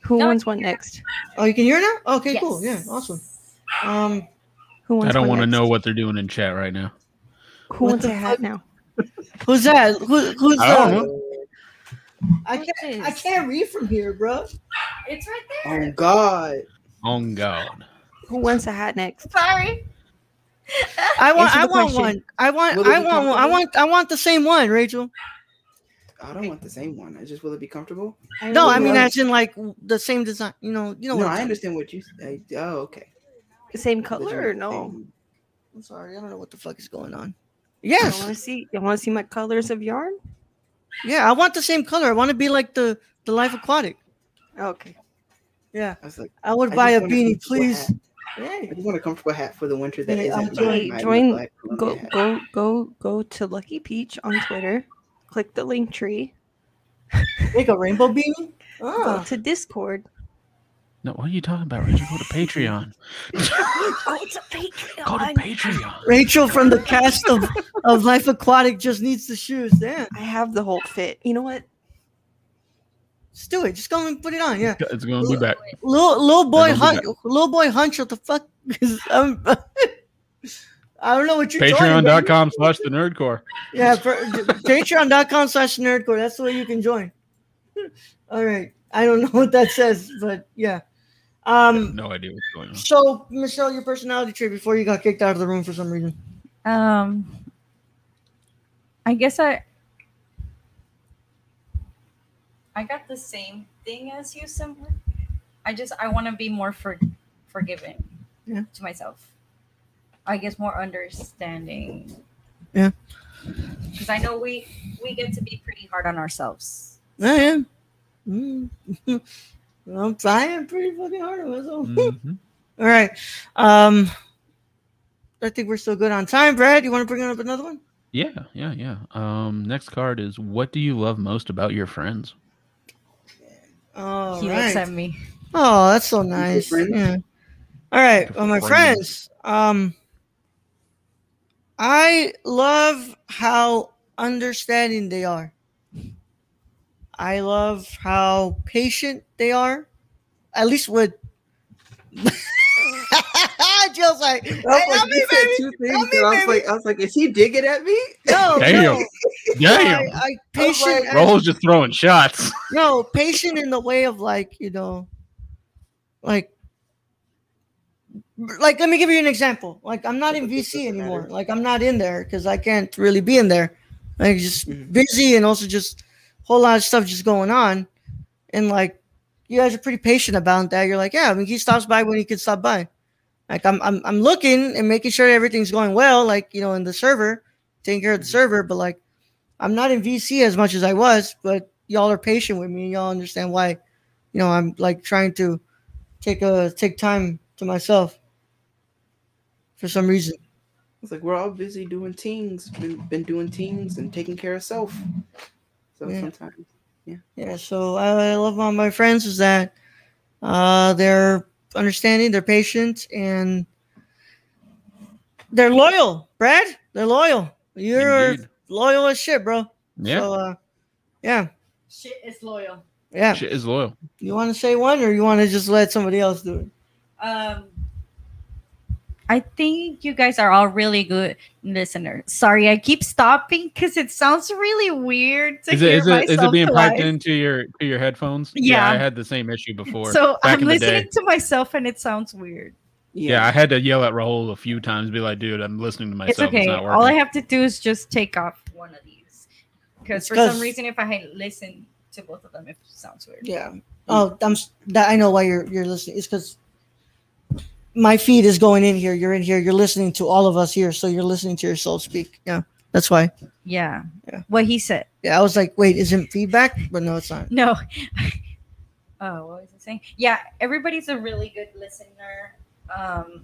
Who
No, I
wants
can
one
hear.
next?
Oh, you can hear now. Okay, cool. Yeah,
Yes.
awesome. Um,
Who wants?
I don't
one
want to
next?
know what they're doing in chat right now.
Who
What
wants
the
a hat now?
who's that? Who, who's
I
that?
don't know.
I can't. I can't read from here, bro.
It's right
Oh
there.
God.
On God.
Who wants a hat next?
Sorry.
I want.
Answer
I
the
want
question.
one. I want.
Will it
I want.
be
One. I
comfortable?
want. I want the same one, Rachel.
I don't want the same one. I just will it be comfortable?
No, I mean
Yeah.
as in like the same design. You know. You know.
No,
what I'm
I
talking-
understand what you. I, oh, okay.
Same
But you're
color or no?
not saying-
I'm sorry. I don't know what the fuck is going on.
I
Yes.
want to see. You want to see my colors of yarn?
Yeah. I want the same color. I want to be like the the life aquatic.
Okay.
Yeah.
I was like,
I would
I
buy a
just want a
beanie,
comfortable
please.
hat. I just want a comfortable hat for the winter that
Yeah,
isn't
I'm
my-
join-
my
join-
black Columbia
Go
hat.
go go go to Lucky Peach on Twitter. Click the link tree.
Make a rainbow beanie.
Go
Oh.
to Discord.
No, what are you talking about, Rachel? Go to Patreon.
Oh, it's a
Go to
Patreon.
Patreon.
Rachel from the cast of, of Life Aquatic just needs the shoes. Damn.
I have the whole fit. You know what?
Just do it. Just go and put it on. Yeah.
It's gonna be back.
Little little boy
don't do
hunch. Little boy hunch. What the fuck is? I'm, I don't know what you're talking about.
Patreon.com slash the nerdcore.
Yeah, for, patreon.com slash nerdcore. That's the way you can join. All right. I don't know what that says, but yeah. Um
No idea what's going on.
so Michelle, your personality trait before you got kicked out of the room for some reason.
um, I guess I
I got the same thing as you somewhere. I just I want to be more for forgiving
Yeah.
to myself. I guess more understanding.
Yeah.
Because I know we we get to be pretty hard on ourselves.
I am. Mm. I'm trying pretty fucking hard on myself.
Mhm.
All right. Um I think we're still good on time, Brad. You want to bring up another one?
Yeah, yeah, yeah. Um, next card is what do you love most about your friends?
Oh,
he looks at me.
Oh, that's so nice.
friends?
Yeah. All right. Well, my
friends.
friends, um, I love how understanding they are. I love how patient they are, at least with. what Jill's like. Hey,
I was
help
like,
me,
you said
baby.
two
Help
things,
me,
and I was
baby.
like, I was like, is he digging at me?
No,
Damn.
no.
Damn.
I, I patient. I-
Roll's just throwing shots.
no, patient in the way of like you know, like. Like, let me give you an example. Like, I'm not in VC anymore. Like, I'm not in there because I can't really be in there. Like, just busy and also just whole lot of stuff just going on. And like, you guys are pretty patient about that. You're like, yeah, I mean, he stops by when he can stop by. Like, I'm, I'm, I'm looking and making sure everything's going well. Like, you know, in the server, taking care of the server. But like, I'm not in VC as much as I was, but y'all are patient with me. Y'all understand why, you know, I'm like trying to take a take time to myself for some reason.
It's like we're all busy doing things, been, been doing things and taking care of self. So
Yeah.
sometimes, yeah.
Yeah. So uh, I, I love on my friends is that uh, they're understanding, they're patient, and they're loyal. Brad, they're loyal. You're
Indeed.
loyal as shit, bro.
Yeah.
So, uh, yeah.
Shit is loyal.
Yeah.
Shit is loyal.
You want to say one, or you want to just let somebody else do it?
Um,
I think you guys are all really good listeners. Sorry, I keep stopping because it sounds really weird to
Is it
hear
is it is it
myself
being piped
twice.
into your to your headphones?
Yeah.
I had the same issue before.
So
back
I'm
in the day.
listening to myself and it sounds weird.
Yeah. I had to yell at Rahul a few times, be like, dude, I'm listening to myself.
it's okay.
not
all I
working."
have to do is just take off one of these because
It's
for
'cause-
some reason, if I had listened to both of them, it sounds weird.
Yeah. Oh, I'm s- that I know why you're you're listening. It's because my feed is going in here. You're in here. You're listening to all of us here, so you're listening to yourself speak. Yeah, that's why.
Yeah.
Yeah.
What he said.
Yeah, I was like, wait, is it feedback? But no, it's not.
No. oh, what was I saying? Yeah, everybody's a really good listener. Um,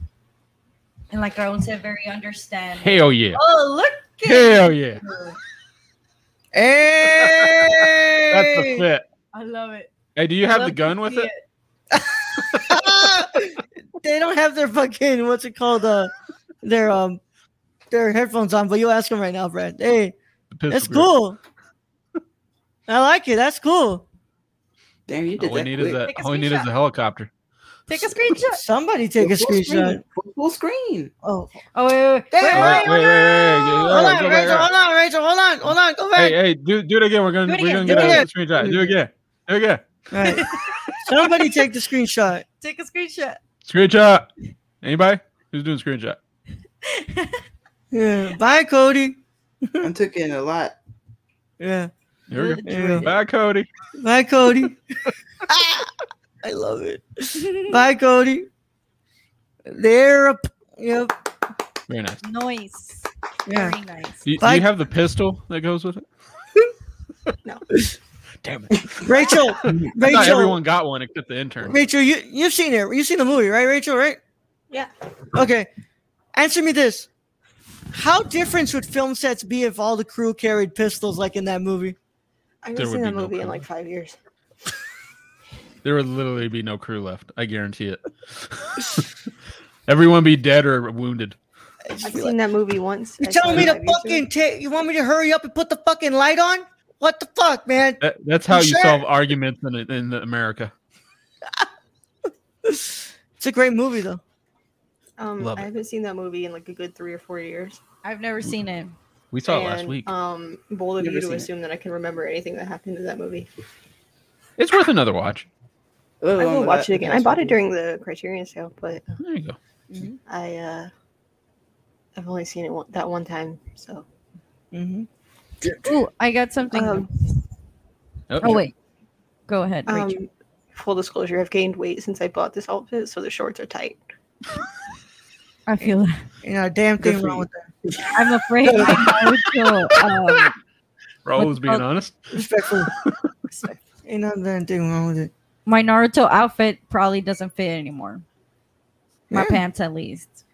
and like Raul said, very understanding.
Hell yeah.
Oh, look. at
Hell yeah.
you.
Hey,
That's the fit.
I love it.
Hey, do you have the gun with it?
they don't have their fucking what's it called? Uh, their um, their headphones on. But you ask them right now, Brad. Hey,
The pistol
that's
grip.
cool. I like it. That's cool.
Damn, you did
All we
that.
need
quick.
is that
Take a
all we need is a
screenshot.
helicopter.
Take a screenshot.
Somebody take a
Full screen,
screenshot.
Full screen.
Oh,
Oh, wait, wait, wait.
Hey,
wait, wait,
Wait, wait, wait, wait, wait,
Hold
wait,
on,
go back
Rachel.
up.
Hold on, Rachel. Hold on. Hold on. Go back.
Hey, hey, do, do it again. We're gonna
Do it
we're
again,
gonna
do
get
it
a
again.
screenshot. Do it again. Do it again.
All right. Somebody take the screenshot.
Take a screenshot.
Screenshot. Anybody? Who's doing screenshot?
Yeah. Bye, Cody.
I took in a lot.
Yeah.
Here we go.
Yeah.
Bye, Cody.
Bye, Cody. I love it. Bye, Cody. There. up. Yep.
Very nice.
Noise.
Yeah.
Very nice.
Do, do
Bye.
you have the pistol that goes with it?
No.
Damn it.
Rachel.
I thought
Rachel.
everyone got one except the intern.
Rachel, you you've seen it. You've seen the movie, right, Rachel? Right?
Yeah.
Okay. Answer me this: How different would film sets be if all the crew carried pistols like in that movie?
I haven't
There would
seen
be
that
no
movie in
problem.
like five years.
There would literally be no crew left. I guarantee it. Everyone be dead or wounded.
I've seen that movie once.
You
I
telling
saw
me
it
to
on YouTube.
fucking take? You want me to hurry up and put the fucking light on? What the fuck, man?
That, that's how
I'm
you
sure.
solve arguments in in America.
It's a great movie though.
Um,
Love
I
it.
haven't seen that movie in like a good three or four years.
I've never seen it.
We saw it last
And,
week.
Um, bold of
Never
you to
seen it.
assume that I can remember anything that happened in that movie.
It's worth another watch.
Oh,
I will
that-
watch it again. I
that's
bought
cool.
it during the Criterion sale, but
There you go.
I uh, I've only seen it one, that one time. So
hmm
Oh, I got something.
um,
Oh,
oh, wait. Go ahead, Rachel.
um, full disclosure, I've gained weight since I bought this outfit, so the shorts are tight.
I feel
You know, damn
Good
thing
for
wrong
you.
with that.
I'm afraid I know to um,
Raul's
what's
being
called-
honest.
Respectful.
um,
Ain't nothing damn thing wrong with it.
my Naruto outfit probably doesn't fit anymore. My
Yeah.
pants, at least.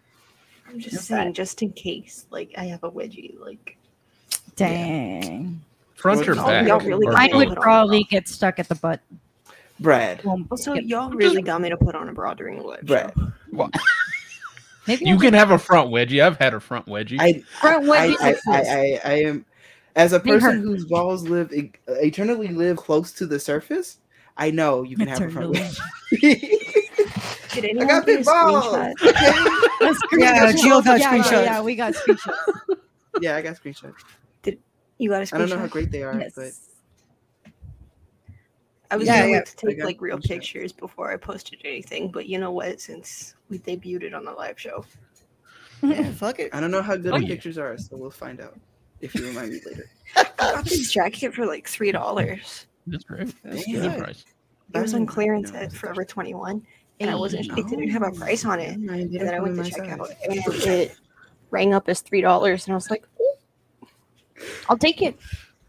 I'm just
Okay.
saying, just in case, like I have a wedgie, like
Dang.
Front or
Y'all-
back?
Oh, y'all really
or
don't
I
both?
would
Put on
probably
top.
get stuck at the butt.
Brad.
Won't
also
get-
y'all really got me to put on a bra during the live
Brad.
show.
Maybe
You
I'll
can have a front wedgie. I've had a front wedgie.
I I,
front wedgies
I, I,
exist.
I, I am as a
They
person
hurt.
whose balls live e- eternally live close to the surface. I know you can have a front
Eternally.
wedge.
Did
I
anyone
got
do a
big balls.
screenshot?
Yeah, Jill got
yeah,
screenshots.
Yeah, yeah, we got screenshots.
yeah, I got screenshots.
You got a screenshot.
I don't know how great they are,
Yes.
but
I was
Yeah,
going
yeah.
to take
got
like real
screenshots.
pictures before I posted anything, but you know what? Since we debuted it on the live show,
Yeah, fuck it.
I don't know how good
Oh,
the
yeah.
pictures are, so we'll find out if you remind me later.
I got this jacket for like three dollars.
That's great. That's
Damn.
a good price.
It was on
Diamond,
clearance
no,
at
it's a
Forever Twenty One, and I wasn't. It didn't
No.
have a price on it.
Never mind, they
And then
don't
I went
come
to
in
check
my
out,
size.
and it rang up as three dollars, and I was like, "Ooh, "I'll take it.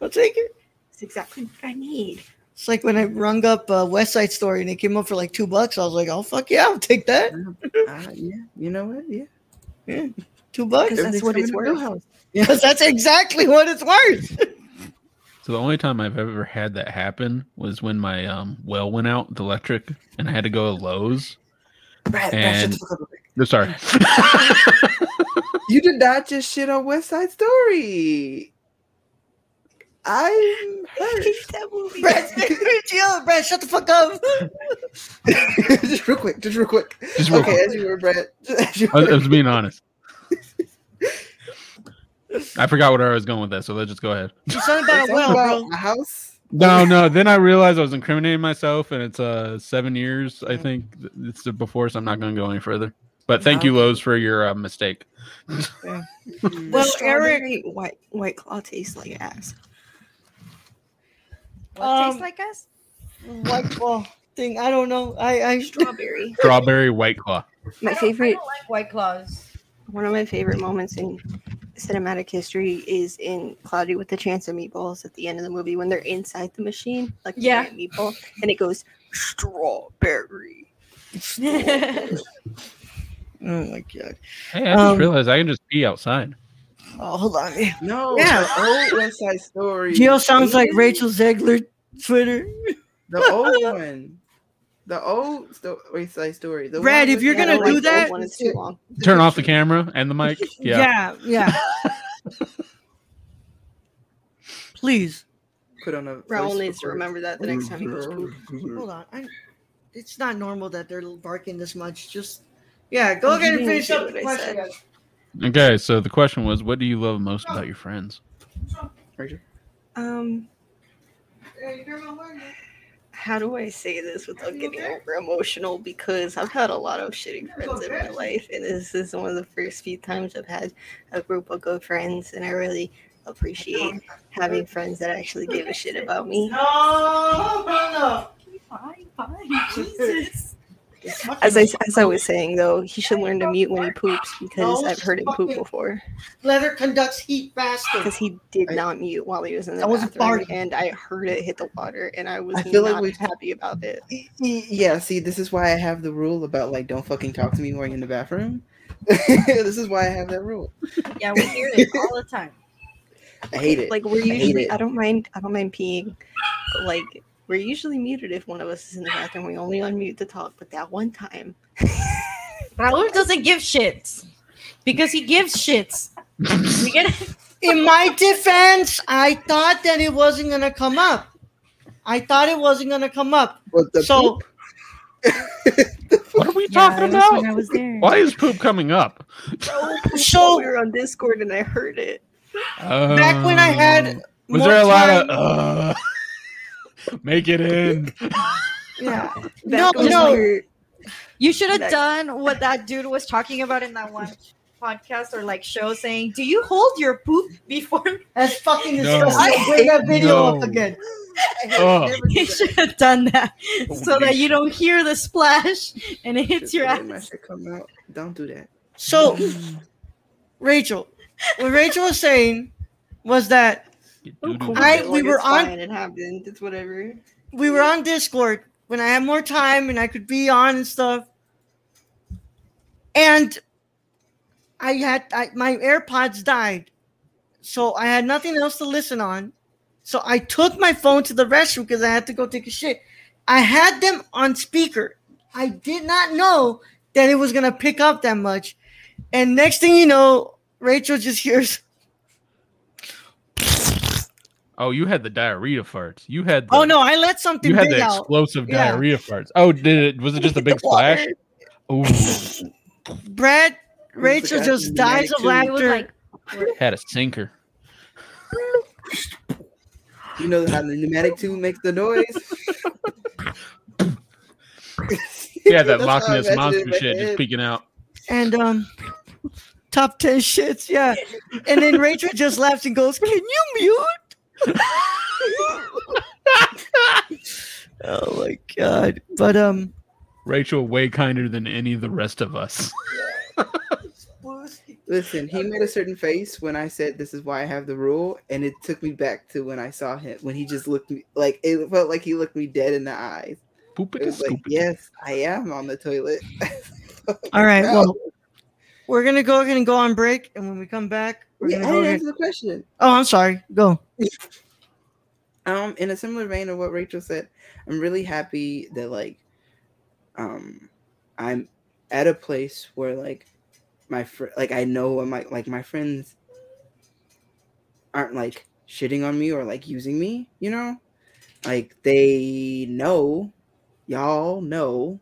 I'll take it.
It's exactly what I need."
It's like when I rung up uh, West Side Story and it came up for like two bucks. I was like, oh fuck yeah, I'll take that.
Ah, yeah, you know what? Yeah,
Two bucks.
Because that's
everything's
what it's
coming to
worth.
Billhouse.
Because that's exactly what it's worth.
So the only time I've ever had that happen was when my um, well went out, the electric, and I had to go to Lowe's.
Brad, that shut
And-
the fuck up real quick.
No, sorry.
You did not just shit on West Side Story. I'm hurt.
that movie.
Brad, Jill, Brad, shut the fuck up.
just real quick, just real quick.
Just real
okay,
quick. Uh,
as you were, Brad. As you
I was, I
were-
was being honest. I forgot where I was going with that, so let's just go ahead.
It's something about a
Talk
well,
about
bro.
a house.
No, no. Then I realized I was incriminating myself, and it's uh seven years, I think. th- It's the before, so I'm not going to go any further. But thank you, Lowe's, for your uh, mistake.
Well,
The
Eric-
strawberry white white claw tastes like ass.
What
Um,
tastes like us?
What well, thing? I don't know. I, I
Strawberry.
Strawberry White Claw.
My
I don't- I
favorite
don't like White Claws.
One of my favorite moments in cinematic history is in Cloudy with a Chance of Meatballs at the end of the movie when they're inside the machine, like the
Yeah.
giant meatball, and it goes strawberry.
oh my god.
Hey, I just
Um,
realized I can just pee outside.
Oh, hold on.
No,
Yeah.
the old West Side Story.
Jill sounds like
Asian.
Rachel Zegler Twitter.
The old one. The old sto- West Side Story. The
Brad,
one
if
with
you're
the-
gonna
I don't
do
like the
that-
old one, it's too long.
Turn off the camera and the mic. Yeah.
yeah. yeah. Please.
put on a
Raul
voice
needs to
recorder.
remember that the next time he goes poop.
Hold on. I, it's not normal that they're barking this much. Just yeah,
Oh,
go ahead and finish up the
What I said.
question.
Okay, so the question was, what do you love most about your friends?
Rachel.
Um, how do I say this without getting over emotional? Because I've had a lot of shitty friends in my life, and this is one of the first few times I've had a group of good friends, and I really appreciate having friends that actually give a shit about me.
Fine, fine. Jesus.
As I, as I was saying though, he should learn to mute when he poops because
No
I've heard him poop
fucking-
before.
Leather conducts heat faster.
Because he did
I-
not mute while he was in the
I wasn't
bathroom,
farting.
and I heard it hit the water, and I was
I feel like
not
we-
happy about it.
Y- Yeah, see, this is why I have the rule about like don't fucking talk to me while you're in the bathroom. this is why I have that rule.
Yeah, we hear it all the time.
I hate it.
Like we're
hate
usually
it.
I, don't mind I don't mind peeing, but like we're usually muted if one of us is in the bathroom. We only unmute to talk, but that one time
Raul doesn't give shits because he gives shits. We get
In my defense, I thought that it wasn't gonna come up. I thought it wasn't gonna come up.
But the
so
poop-
What are we
Yeah,
talking
it was
about?
when I was there.
Why is poop coming up?
Oh, so
we were on Discord and I heard it.
back when I had
Um, was
more
there a lot
time-
of uh, make it in?
yeah.
Back
No,
when
no.
we were-
You should have
Like-
done what that dude was talking about in that one podcast or like show saying, Do you hold your poop before?
That's fucking
No.
disgusting.
I-
Bring that video
No.
up again.
Oh.
you should have done that so that you don't hear the splash and it hits
Just
your
let my
ass.
shit come out. Don't do that.
So, Rachel, what Rachel was saying was that I- we
Like,
were
it's
on-
fine, it happened. It's whatever.
we were on Discord when I had more time and I could be on and stuff. And I had I, my AirPods died, so I had nothing else to listen on. So I took my phone to the restroom because I had to go take a shit. I had them on speaker. I did not know that it was gonna pick up that much. And next thing you know, Rachel just hears,
Oh, you had the diarrhea farts. You had the,
"Oh no, I let something
you had
big
the
out."
explosive
Yeah.
diarrhea farts. Oh, did it? Was it just a big splash?
Brad Rachel just dies of
It was
laughter.
like
had a sinker.
You know how the pneumatic tube makes the noise.
Yeah, that
That's
Loch
how I
Ness
imagine it
monster
in my
shit just
head.
peeking out.
and um top 10 shits yeah and then rachel just laughs and goes can you mute oh my god but um
Rachel way kinder than any of the rest of us.
Listen, he made a certain face when I said this is why I have the rule, and it took me back to when I saw him when he just looked me like it felt like he looked me dead in the eyes.
Poop
It
it,
was like,
scoop it.
yes, I am on the toilet.
all right
No.
well we're gonna go ahead and go on break and when we come back we're
Yeah, I
gonna go
didn't
ahead
answer the question.
oh i'm sorry go
um in a similar vein of what rachel said i'm really happy that like um i'm at a place where like my fr- like i know i'm like like my friends aren't like shitting on me or like using me you know like they know y'all know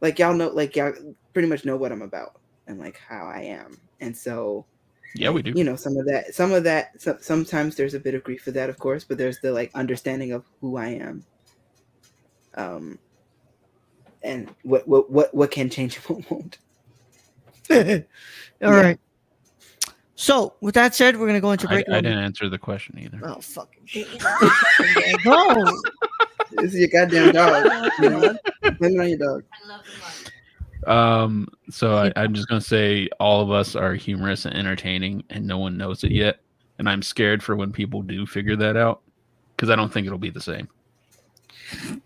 like y'all know like y'all pretty much know what i'm about and like how i am and so
Yeah, we do.
you know some of that some of that so, sometimes there's a bit of grief for that of course but there's the like understanding of who i am um and what what what, what can change and what won't
All right. so with that said we're gonna go into
I, I
break
didn't answer the question either.
oh fucking shit. no
this is your goddamn dog you know? blame it on your dog
I love the money.
Um, so I, I'm just gonna say all of us are humorous and entertaining, and no one knows it yet. And I'm scared for when people do figure that out because I don't think it'll be the same.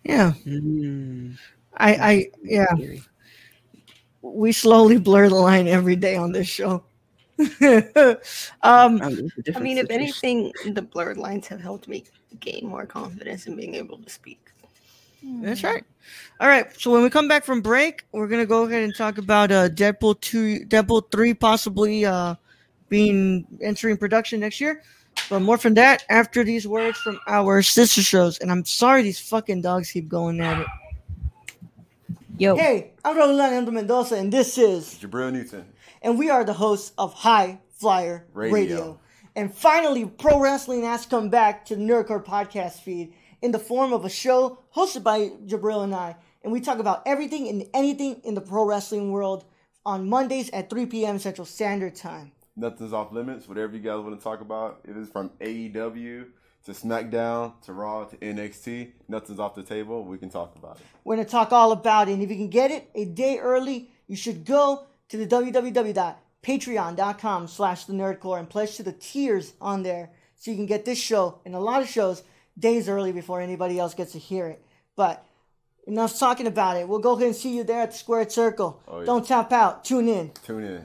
yeah i i yeah we slowly blur the line every day on this show. um,
I mean, if anything, the blurred lines have helped me gain more confidence in being able to speak.
that's right. All right. So when we come back from break, we're gonna go ahead and talk about uh, Deadpool two, Deadpool three, possibly uh, being entering production next year. But more from that after these words from our sister shows. And I'm sorry these fucking dogs keep going at it.
yo.
Hey, I'm Roland Ando Mendoza, and this is,
Jabril Newton.
and we are the hosts of High Flyer
Radio. Radio.
And finally, pro wrestling has come back to the Nerdcore podcast feed in the form of a show hosted by Jabril and I. And we talk about everything and anything in the pro wrestling world on Mondays at 3 p.m. Central Standard Time.
Nothing's off limits. Whatever you guys want to talk about, if it's from AEW to SmackDown to Raw to NXT, nothing's off the table. We can talk about it.
We're going to talk all about it. And if you can get it a day early, you should go to the www.patreon.com slash the nerdcore and pledge to the tiers on there so you can get this show and a lot of shows days early before anybody else gets to hear it. But enough talking about it. We'll go ahead and see you there at the Squared Circle.
Oh, yeah.
Don't tap out. Tune in.
Tune in.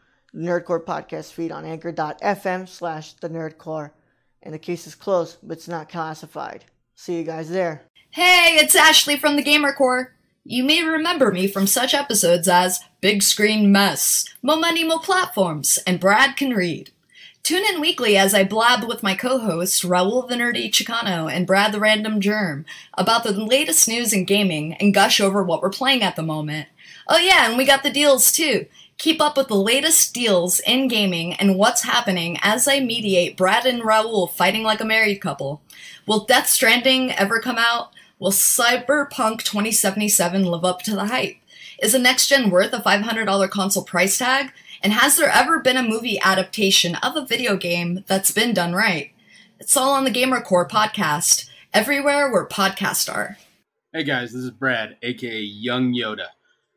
Nerdcore podcast feed on anchor.fm slash the Nerdcore. And the case is closed, but it's not classified. See you guys there.
Hey, it's Ashley from the Gamer Corps. You may remember me from such episodes as Big Screen Mess, Momenimo Platforms, and Brad Can Read. Tune in weekly as I blab with my co hosts Raul the Nerdy Chicano and Brad the Random Germ about the latest news in gaming and gush over what we're playing at the moment. Oh, yeah, and we got the deals too. Keep up with the latest deals in gaming and what's happening as I mediate Brad and Raul fighting like a married couple. Will Death Stranding ever come out? Will Cyberpunk 2077 live up to the hype?
Is the next gen worth a $500 console price tag? And has there ever been a movie adaptation of a video game that's been done right? It's all on the GamerCore podcast, everywhere where podcasts are.
Hey guys, this is Brad, aka Young Yoda.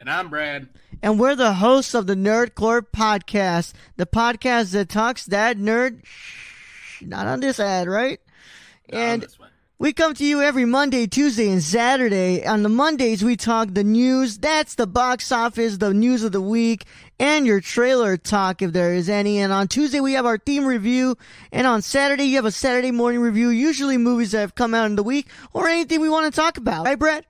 And I'm Brad.
And we're the hosts of the Nerdcore podcast, the podcast that talks that nerd. Shh, Not on this ad, right? and we come to you every Monday, Tuesday, and Saturday. On the Mondays, we talk the news. That's the box office, the news of the week, and your trailer talk if there is any. And on Tuesday, we have our theme review. And on Saturday, you have a Saturday morning review, usually movies that have come out in the week or anything we want to talk about. Right, Brett?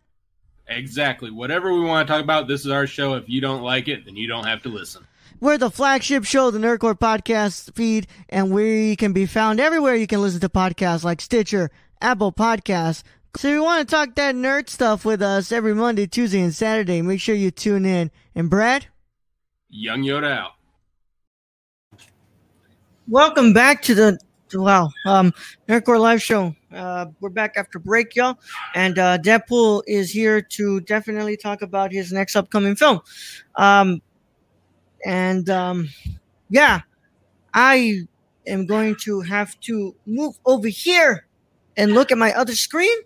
Exactly. Whatever we want to talk about, this is our show. If you don't like it, then you don't have to listen.
We're the flagship show, the Nerdcore podcast feed, and we can be found everywhere you can listen to podcasts like Stitcher, Apple Podcasts. So if you want to talk that nerd stuff with us every Monday, Tuesday, and Saturday, make sure you tune in. And Brad,
Young Yoda out.
welcome back to the wow um Nerdcore live show. Uh, we're back after break, y'all, and uh, Deadpool is here to definitely talk about his next upcoming film. Um, and um, yeah, I am going to have to move over here and look at my other screen.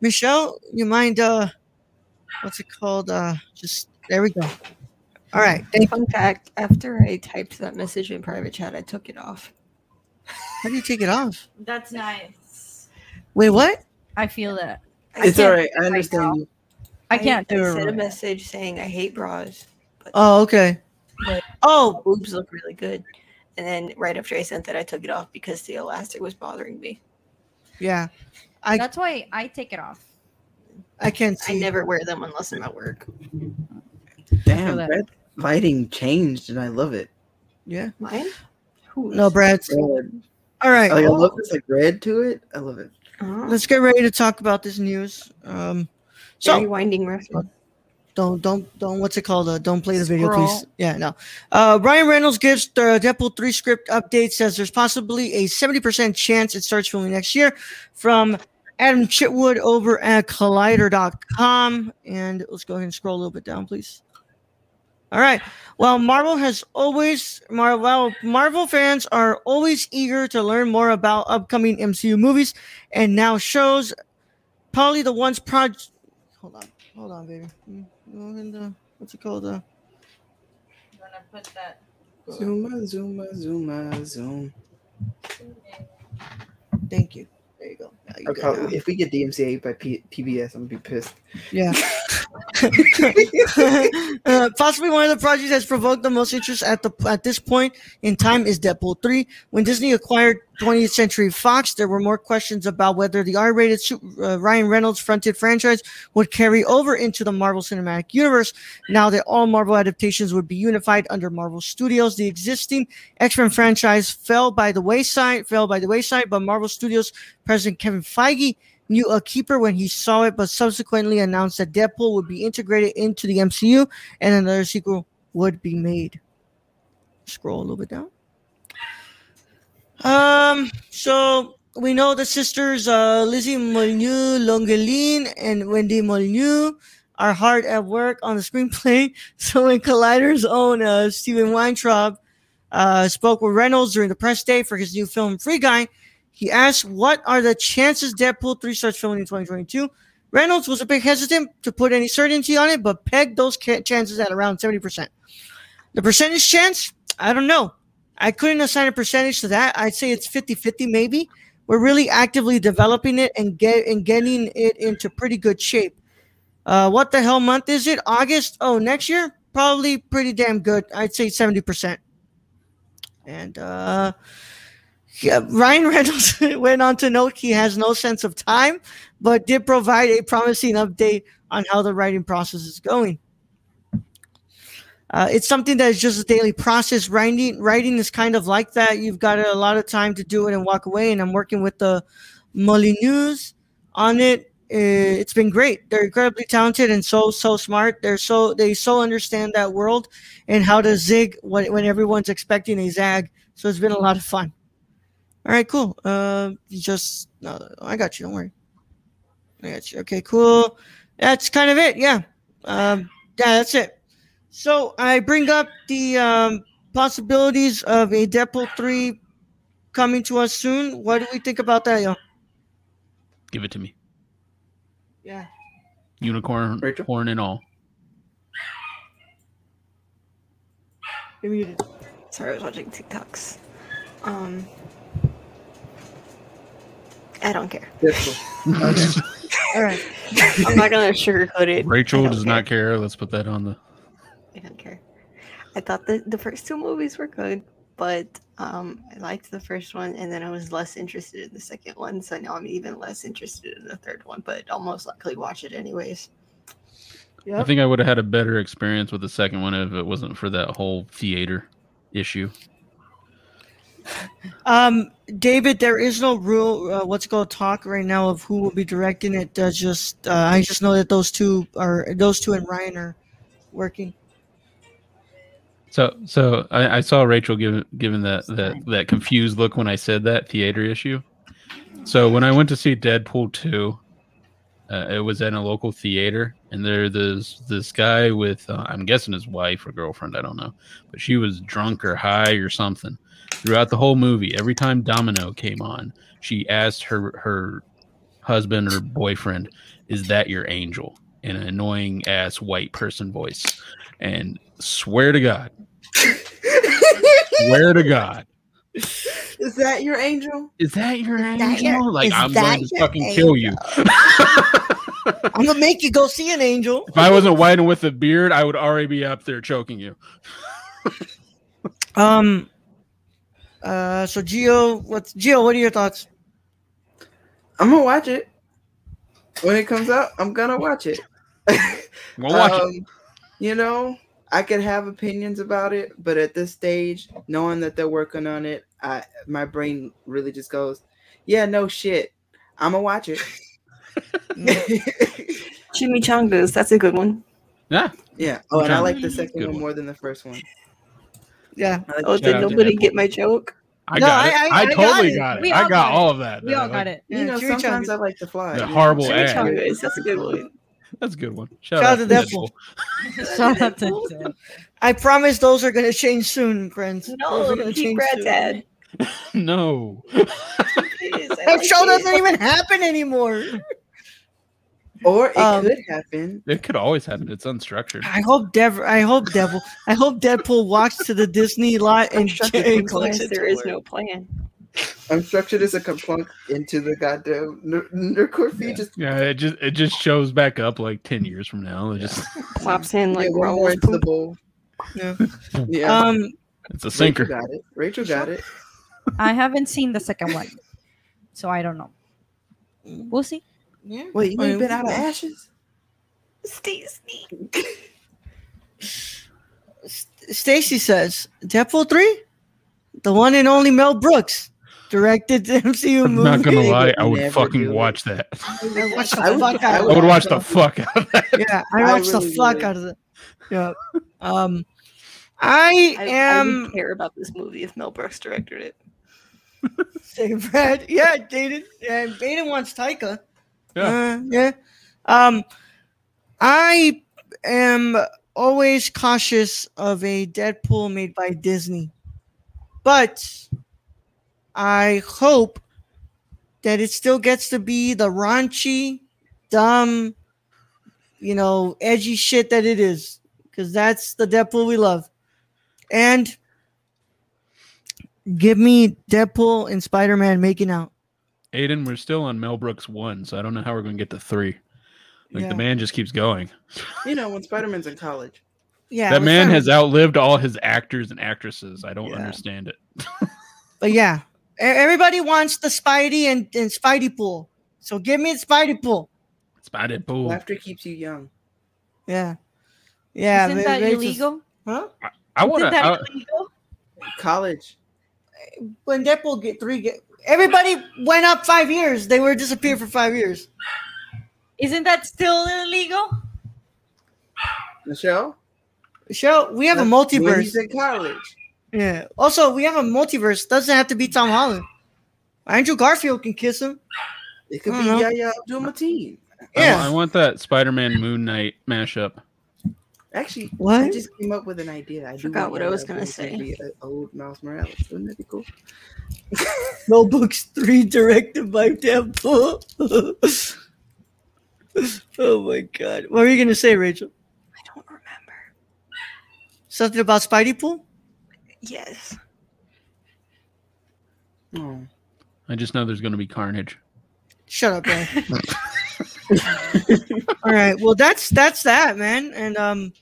Michelle, you mind? Uh, what's it called? Uh, just there we go. All right.
Fun fact: After I typed that message in private chat, I took it off.
How do you take it off?
That's nice.
Wait, what?
I feel that.
I It's can't all right, I do it right understand now. you.
I can't
I,
do it
sent a
right.
message saying I hate bras,
Oh, okay.
but
oh,
boobs look really good. And then right after I sent that, I took it off because the elastic was bothering me.
Yeah. I
That's why I take it off.
I can't
I never wear them unless I'm at work.
Damn,
that.
that lighting changed, and I love it.
Yeah.
Mine?
No, Brad's.
Red.
All right.
Like, I love this like red to it. I love it.
Uh-huh.
Let's get ready to talk about this news. Um, so
Very winding reference.
Don't don't don't. What's it called? Uh, don't play the video,
Scroll.
please. Yeah, no. Uh, Ryan Reynolds gives the Deadpool three script update. Says there's possibly a seventy percent chance it starts filming next year. From Adam Chitwood over at Collider.com, and let's go ahead and scroll a little bit down, please. All right. Well, Marvel has always Marvel Marvel fans are always eager to learn more about upcoming MCU movies and now shows probably the ones project Hold on. Hold on, baby. Mm, go in the- What's it called? Uh,
You want to put that?
Zuma, Zuma, Zuma, Zoom.
thank you. There you go. Now you
I
good
probably-
now.
if we get DMCA by P- PBS, I'm gonna be pissed.
Yeah. Uh, possibly one of the projects that's provoked the most interest at the at this point in time is Deadpool 3. When Disney acquired 20th Century Fox, there were more questions about whether the R-rated su- uh, Ryan Reynolds fronted franchise would carry over into the Marvel Cinematic Universe. Now that all Marvel adaptations would be unified under Marvel Studios, the existing X-Men franchise fell by the wayside, fell by the wayside, but Marvel Studios president Kevin Feige knew a keeper when he saw it, but subsequently announced that Deadpool would be integrated into the MCU and another sequel would be made. Scroll a little bit down. Um, so we know the sisters uh, Lizzie Molyneux, Longeline, and Wendy Molyneux are hard at work on the screenplay. So when Collider's own uh, Steven Weintraub uh, spoke with Reynolds during the press day for his new film Free Guy, he asked, "What are the chances Deadpool 3 starts filming in 2022?" Reynolds was a bit hesitant to put any certainty on it, but pegged those ca- chances at around 70%. The percentage chance, I don't know. I couldn't assign a percentage to that. I'd say it's 50-50 maybe. We're really actively developing it and get and getting it into pretty good shape. Uh, what the hell month is it? August? Oh, next year? Probably pretty damn good. I'd say 70%. And uh, yeah, Ryan Reynolds went on to note he has no sense of time, but did provide a promising update on how the writing process is going. Uh, it's something that is just a daily process. Writing, writing is kind of like that. You've got a lot of time to do it and walk away. And I'm working with the Molly News on it. Uh, It's been great. They're incredibly talented and so so smart. They're so they so understand that world and how to zig when when everyone's expecting a zag. So it's been a lot of fun. All right, cool. Uh, you just no, I got you. Don't worry. I got you. Okay, cool. That's kind of it. Yeah. Um, yeah, that's it. So I bring up the um, possibilities of a Deadpool three coming to us soon. What do we think about that, yo?
Give it to me.
Yeah.
Unicorn, horn, and all.
You're muted.
Sorry, I was watching TikToks. Um, I don't care. All right. I'm not gonna sugarcoat it.
Rachel does not care. Let's put that on the.
I don't care. I thought the the first two movies were good, but um, I liked the first one, and then I was less interested in the second one. So now I'm even less interested in the third one, but I'll most likely watch it anyways.
I think I would have had a better experience with the second one if it wasn't for that whole theater issue.
Um, David, there is no real uh, what's called talk right now of who will be directing it. Uh, just uh, I just know that those two are those two and Ryan are working.
So, so I, I saw Rachel giving giving that that that confused look when I said that theater issue. So when I went to see Deadpool two, uh, it was at a local theater, and there there's this guy with uh, I'm guessing his wife or girlfriend, I don't know, but she was drunk or high or something throughout the whole movie. Every time Domino came on, she asked her her husband or boyfriend, "Is that your angel?" in an annoying ass white person voice, and swear to God, swear to God,
Is that your angel?
Is that your
angel?
like I'm going to fucking kill you.
I'm gonna make you go see an angel.
If I wasn't white and with a beard, I would already be up there choking you.
Um. Uh. So Gio, what's Gio? What are your thoughts?
I'm gonna watch it when it comes out. I'm gonna watch it.
We'll watch it.
Um, You know, I could have opinions about it, but at this stage, knowing that they're working on it, I my brain really just goes, "Yeah, no shit, I'm gonna watch it."
Chimichangas, that's a good one.
Yeah,
yeah. Oh, and I
Okay.
like the second
Good
one
one.
more than the first one.
Yeah.
I like
Oh,
the
did
second one.
nobody get my joke?
I got it. I, totally got it. I got all of that. man. Like,
You know,
chimichangas.
sometimes I like to fly.
That horrible ad.
Chimichangas, that's a good one.
That's a good one.
Shout out to Deadpool.
Shout out to
I promise those are gonna change soon, friends. Those are
No,
gonna change
keep Brad's
soon.
ad.
No.
That show doesn't even happen anymore.
Or it
Um,
could happen.
It could always happen. It's unstructured.
I hope Dev. I hope Devil. I hope Deadpool walks to the Disney lot and, and collects it.
There is no plan.
Unstructured is a complunk into the goddamn ner- nerdcore feed. Just
Yeah, it just it just shows back up like ten years from now. It just
plops in like
yeah, one more
Raoul's
into the bowl.
Yeah.
Yeah.
Um,
it's a sinker.
Rachel got it. Rachel got it.
I haven't seen the second one, so I don't know. We'll see.
Yeah.
Wait, you ain't been out of ashes?
Stacy.
Stacy says Deadpool three, the one and only Mel Brooks directed the MCU
I'm
movie.
not gonna lie, I would fucking watch that.
I watched the
I would-
fuck
I
I
out.
would watch the fuck out of that.
Yeah, I
I
watched the
really
fuck
would.
out of it. Yeah. Um, I,
I, I
am.
would care about this movie if Mel Brooks directed it.
Say Brad. Yeah, Jaden. Yeah, Jaden wants Taika.
Yeah.
Uh, yeah. Um, I am always cautious of a Deadpool made by Disney, but I hope that it still gets to be the raunchy, dumb, you know, edgy shit that it is, because that's the Deadpool we love. And give me Deadpool and Spider Man making out.
Aiden, we're still on Mel Brooks one, so I don't know how we're going to get to three. Like
Yeah.
the man just keeps going.
You know, when Spider Man's in college.
Yeah,
that
let's
man
not-
has outlived all his actors and actresses. I don't understand it.
But yeah, e- everybody wants the Spidey and, and Spidey pool. So give me the Spidey pool.
Spider Pool.
Laughter keeps you young.
Yeah. Yeah.
Isn't
they-
that
they just-
illegal?
Huh?
I wanna- Isn't that I-
illegal?
College.
When Deadpool get three, get, everybody went up five years. They were disappeared for five years.
Isn't that still illegal?
Michelle?
Michelle, we have a
When he's
multiverse.
in college.
Yeah. Also, we have a multiverse. Doesn't have to be Tom Holland. Andrew Garfield can kiss him.
It could
I
be
don't know.
Yaya Abdul Mateen.
Yeah. I, want that Spider Man Moon Knight mashup.
Actually, I
What?
just came up with an idea. I do
Forgot
want
what I was
Yaya
gonna
Abdul
say.
Mateen be a- Old Miles Morales. Wouldn't that be cool?
No books three directed by Deadpool. oh my god. What were you gonna say, Rachel? I don't remember. Something about Spidey Pool?
Yes.
Oh.
I just know there's going to be carnage.
Shut up, man. All right. Well that's that's that, man. And um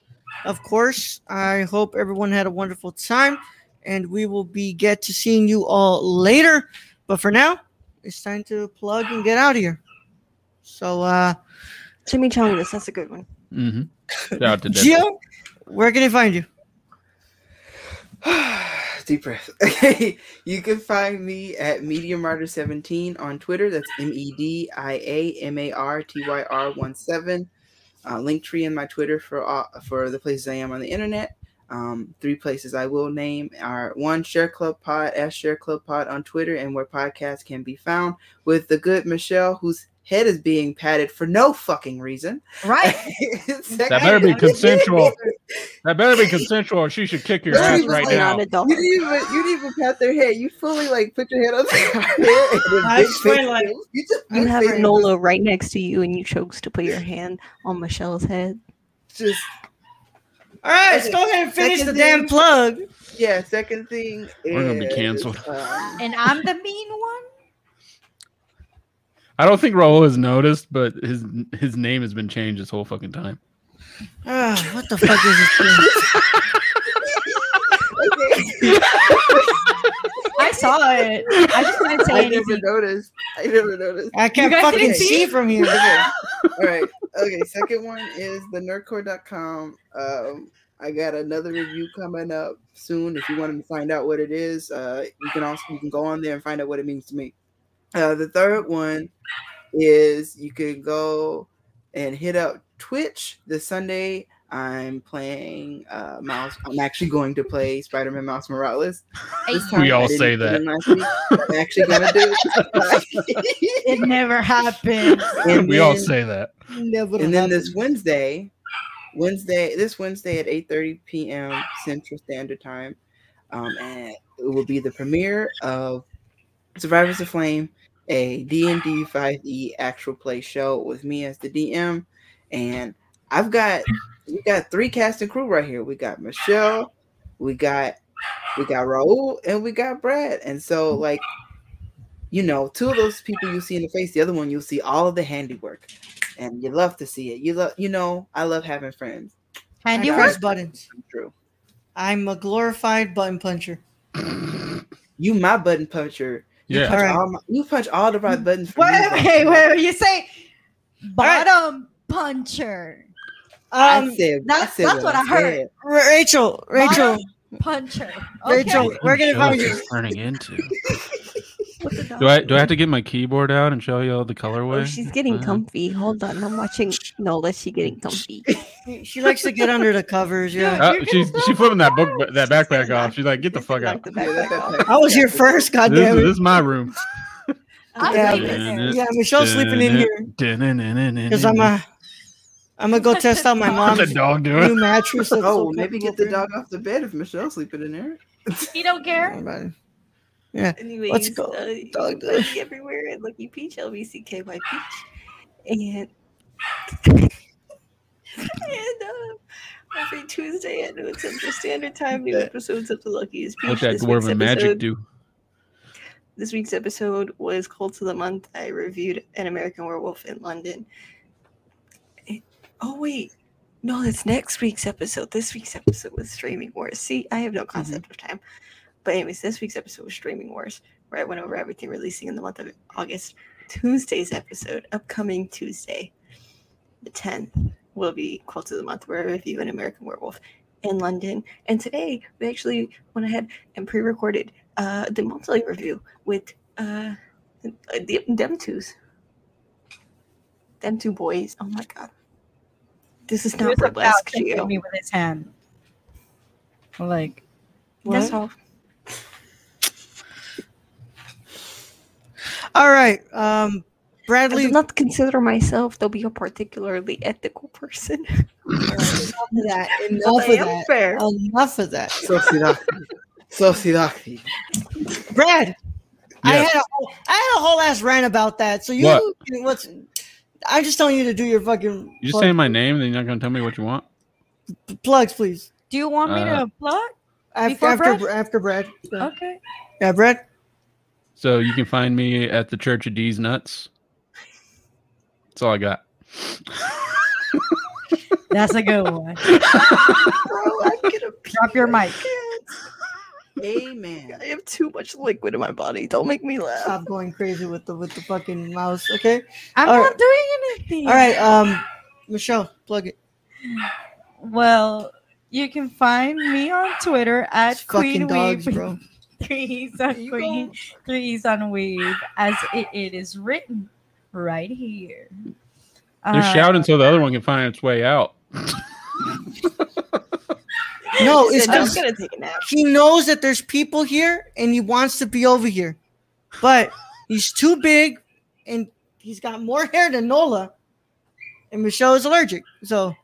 of course, I hope everyone had a wonderful time and we will be get to seeing you all later. But for now, it's time to plug and get out of here. So uh
Chimichangas, that's a good one.
Mm-hmm. Shout out to Deadpool.
Gio, where can I find you?
Deep breath. Okay. you can find me at MediaMartyr17 on Twitter. That's M E D I A M A R T Y R 1 7. Uh, Linktree in my Twitter for all, for the places I am on the internet. Um, three places I will name are one Share Club Pod, as Share Club Pod on Twitter, and where podcasts can be found with the good Michelle, whose head is being patted for no fucking reason.
Right.
That better be consensual. that better be consensual, or she should kick your ass right now.
You didn't even you didn't even pat their head. You fully like put your head on their head. and
I
then
swear,
face
like-
them. you just
You have
face them.
Nola right next to you, and you chose to put your hand on Michelle's head.
Just
All right, let's go ahead and finish the damn plug.
Yeah, second thing.
We're gonna be
is,
canceled.
um,
And I'm the mean one?
I don't think Raul has noticed, but his his name has been changed this whole fucking time.
Ah, what the fuck is this thing?
I saw it. I just didn't say
I
anything.
never noticed. I never noticed.
I can't
guys
fucking
didn't see
see
it?
from here.
Okay. All right. Okay. Second one is the nerdcore.com. Um, I got another review coming up soon. If you want to find out what it is, uh, you can also you can go on there and find out what it means to me. Uh, the third one is you can go and hit up Twitch this Sunday. I'm playing uh, Miles. I'm actually going to play Spider-Man Miles Morales. This
We all
didn't
say
put in
that.
last week. I'm actually gonna do it.
It never happened.
And
we all
then-
say that.
and then this Wednesday, Wednesday, this Wednesday at 8:30 p.m. Central Standard Time, um, and it will be the premiere of Survivors of Flame, a D&D 5e E actual play show with me as the DM, and I've got we got three cast and crew right here. We got Michelle, we got we got Raul, and we got Brad, and so like. You know, two of those people you see in the face, the other one you'll see all of the handiwork and you love to see it. You love, you know, I love having friends.
And
you
you
were-
press buttons.
True.
I'm a glorified button puncher.
You my button puncher. You
Yeah.
punch
Alright.
all my, you punch all the right buttons. for me,
Wait,
Rob.
wait, wait. You say bottom puncher.
I
Um,
said,
That's,
I said
that's what I heard.
said.
Ra- Rachel, Rachel,
Bottom puncher. Okay.
Rachel, where can I
Show us
find you?
who's turning into. do I do I have to get my keyboard out and show you all the colorway?
Oh, she's getting
Uh,
comfy. Hold on, I'm watching Nola. She getting comfy.
She- She likes to get under the covers. Yeah.
uh, she's she flipping that book that backpack off. She's like, get the fuck out.
Yeah, that- that- that-
I was here first. God
This,
damn
this
it.
is my room.
I'm
Yeah,
sleeping there.
yeah, Michelle's sleeping in here because I'm a. I'm gonna go test out my
What's the
mom's
dog
new
doing?
mattress. That's
oh,
so
maybe get the dog off the bed if Michelle's sleeping in there.
He don't care.
comfortable. Yeah.
Anyways,
Let's go.
Uh,
Dog
dog
day.
everywhere at Lucky Peach, LBCK by Peach, and and uh, Every Tuesday at noon Central Standard Time, new episodes of The Luckiest Peach.
What that
This week's
dwarven magic
episode-
do?
This week's episode was Cults of the Month. I reviewed An American Werewolf in London. Eh, Oh, wait. No, that's next week's episode. This week's episode was Streaming Wars. See, I have no concept of time. But, anyways, this week's episode was Streaming Wars, where I went over everything releasing in the month of August. Tuesday's episode, upcoming Tuesday, the 10th, will be Cults of the Month, where I review An American Werewolf in London. And today, we actually went ahead and pre recorded uh, the monthly review with uh, the, them twos. Them two boys. Oh my god. This is
He
not
was about
burlesque,
to hit
Gio.
me with his hand. Like,
That's
what?
all.
All right. Um, Bradley.
I do not consider myself to be a particularly ethical person.
that. Enough of
am
that. Uh,
fair.
Enough of that.
Sociedad. Sociedad.
Brad, I
Yes.
had a whole, I had a whole ass rant about that. So you,
What?
can- what's? I'm just telling you to do your fucking
You just
plug-
saying my name, then you're not gonna tell me what you want.
plugs, please.
Do you want
me to Uh,
plug
after
before
after
Brad?
Brad? after Brad?
Okay.
Yeah, Brad.
So you can find me at the Church of D's Nuts. That's all I got.
That's a good one. Drop your mic.
Amen.
I have too much liquid in my body. Don't make me laugh.
Stop going crazy with the with the fucking mouse. Okay.
I'm
All
not
right.
doing anything.
All right. Um, Michelle, plug it.
Well, you can find me on Twitter at
fucking
Queen
dogs,
Weeb.
bro.
Three E's on Queen. Three E's on Weeb, as it, it is written right here.
You're
Uh,
shouting so the other one can find its way out.
No,
He
it's
said, "I'm
because
gonna take a nap."
he knows that there's people here and he wants to be over here, but he's too big and he's got more hair than Nola, and Michelle is allergic. So,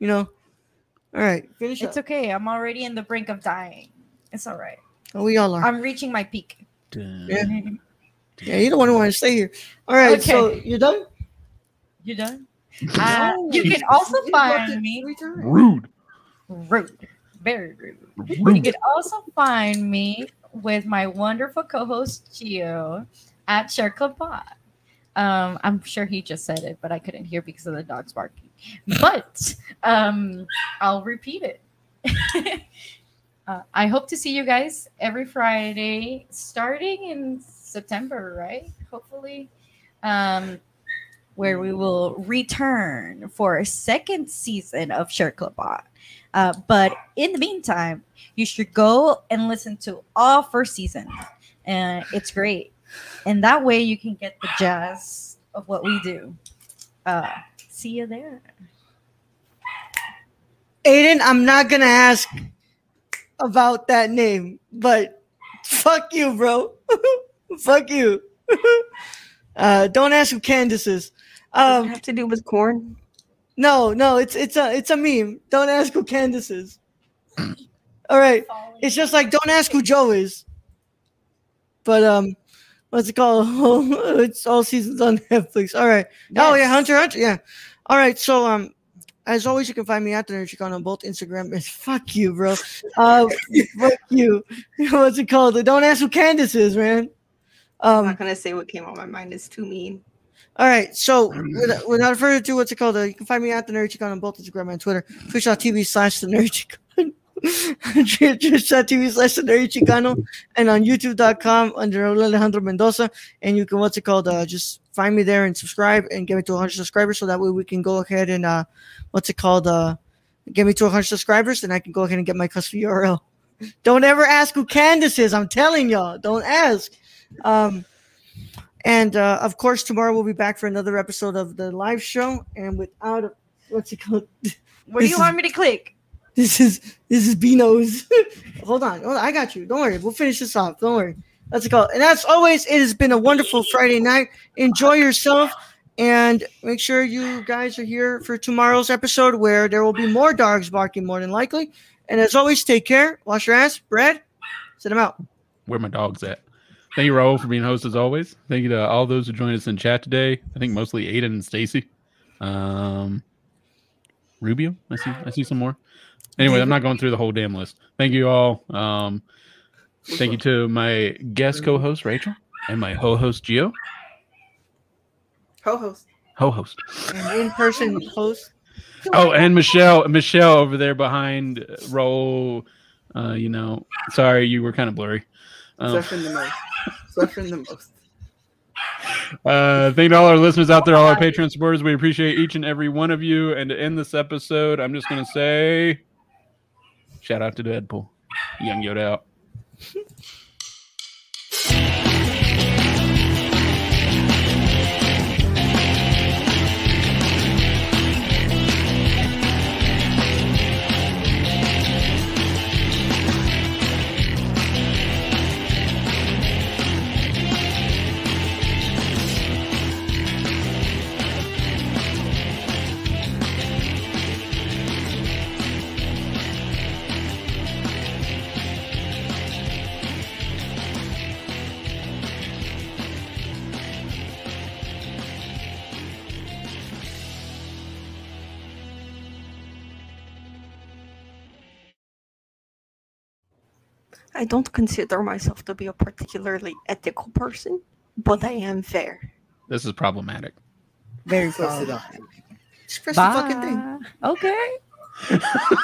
you know, all right, finish
It's
up.
okay. I'm already in the brink of dying. It's all right.
Oh, we all are.
I'm reaching my peak.
yeah. yeah, you don't want to want to stay here. All right, so
Okay.
you're done.
You done? Uh, you can also
Oh, You dropped it
find me.
Rude.
Rude. Very rude. You can also find me with my wonderful co-host Gio at Sherklapod. Um, I'm sure he just said it, but I couldn't hear because of the dogs barking. But um, I'll repeat it. uh, I hope to see you guys every Friday, starting in September, right? Hopefully, um, where we will return for a second season of Sherklapod. Uh, but in the meantime, you should go and listen to all first season, and it's great. And that way, you can get the jazz of what we do. Uh, see you there.
Aiden, I'm not gonna ask about that name, but fuck you, bro. fuck you. uh, don't ask who Candace is. Um,
have to do with corn.
No, no, it's it's a it's a meme. Don't ask who Candace is. All right, it's just like don't ask who Joe is. But um, what's it called? it's all seasons on Netflix. All right. Oh yeah, Hunter Hunter. Yeah. All right. So um, as always, you can find me at the Nerd Chicano on both Instagram and fuck you, bro. Uh, fuck you. What's it called? Don't ask who Candace is, man. Um,
I'm not gonna say what came on my mind. It's too mean.
all right, so without, without further ado, what's it called? Uh, you can find me at the Nerd Chicano on both Instagram and Twitter, twitch.tv slash the Nerd Chicano, twitch.tv slash the Nerd Chicano, and on youtube.com under Alejandro Mendoza. And you can, what's it called? Uh, just find me there and subscribe and get me to 100 subscribers so that way we can go ahead and, uh, what's it called? Uh, get me to 100 subscribers and I can go ahead and get my custom URL. Don't ever ask who Candace is. I'm telling y'all, don't ask. Um, and uh, of course, tomorrow we'll be back for another episode of the live show. And without a, what's it called?
Where do you want me to click?
This is this is Beano's. hold on, hold on, I got you. Don't worry, we'll finish this off. Don't worry. That's it called. And as always, it has been a wonderful Friday night. Enjoy yourself, and make sure you guys are here for tomorrow's episode where there will be more dogs barking, more than likely. And as always, take care. Wash your ass. Brad, sit them out.
Where my dog's at. Thank you, Raul, for being host as always. Thank you to all those who joined us in chat today. I think mostly Aiden and Stacy. Um Rubio, I see I see some more. Anyway, I'm not going through the whole damn list. Thank you all. Um, thank you to my guest co-host Rachel and my ho-host Geo.
Ho host.
Ho-host.
An in-person host.
Oh, and Michelle, Michelle over there behind uh, roll. Uh, you know, sorry, you were kind of blurry. Um,
Suffering the most. Suffering the most.
uh, thank to all our listeners out there, all our Patreon supporters. We appreciate each and every one of you. And to end this episode, I'm just going to say shout out to Deadpool. Young Yoda out.
I don't consider myself to be a particularly ethical person, but I am fair.
This is problematic.
Very
Close it up.
Express
Uh,
the fucking
thing.
Okay.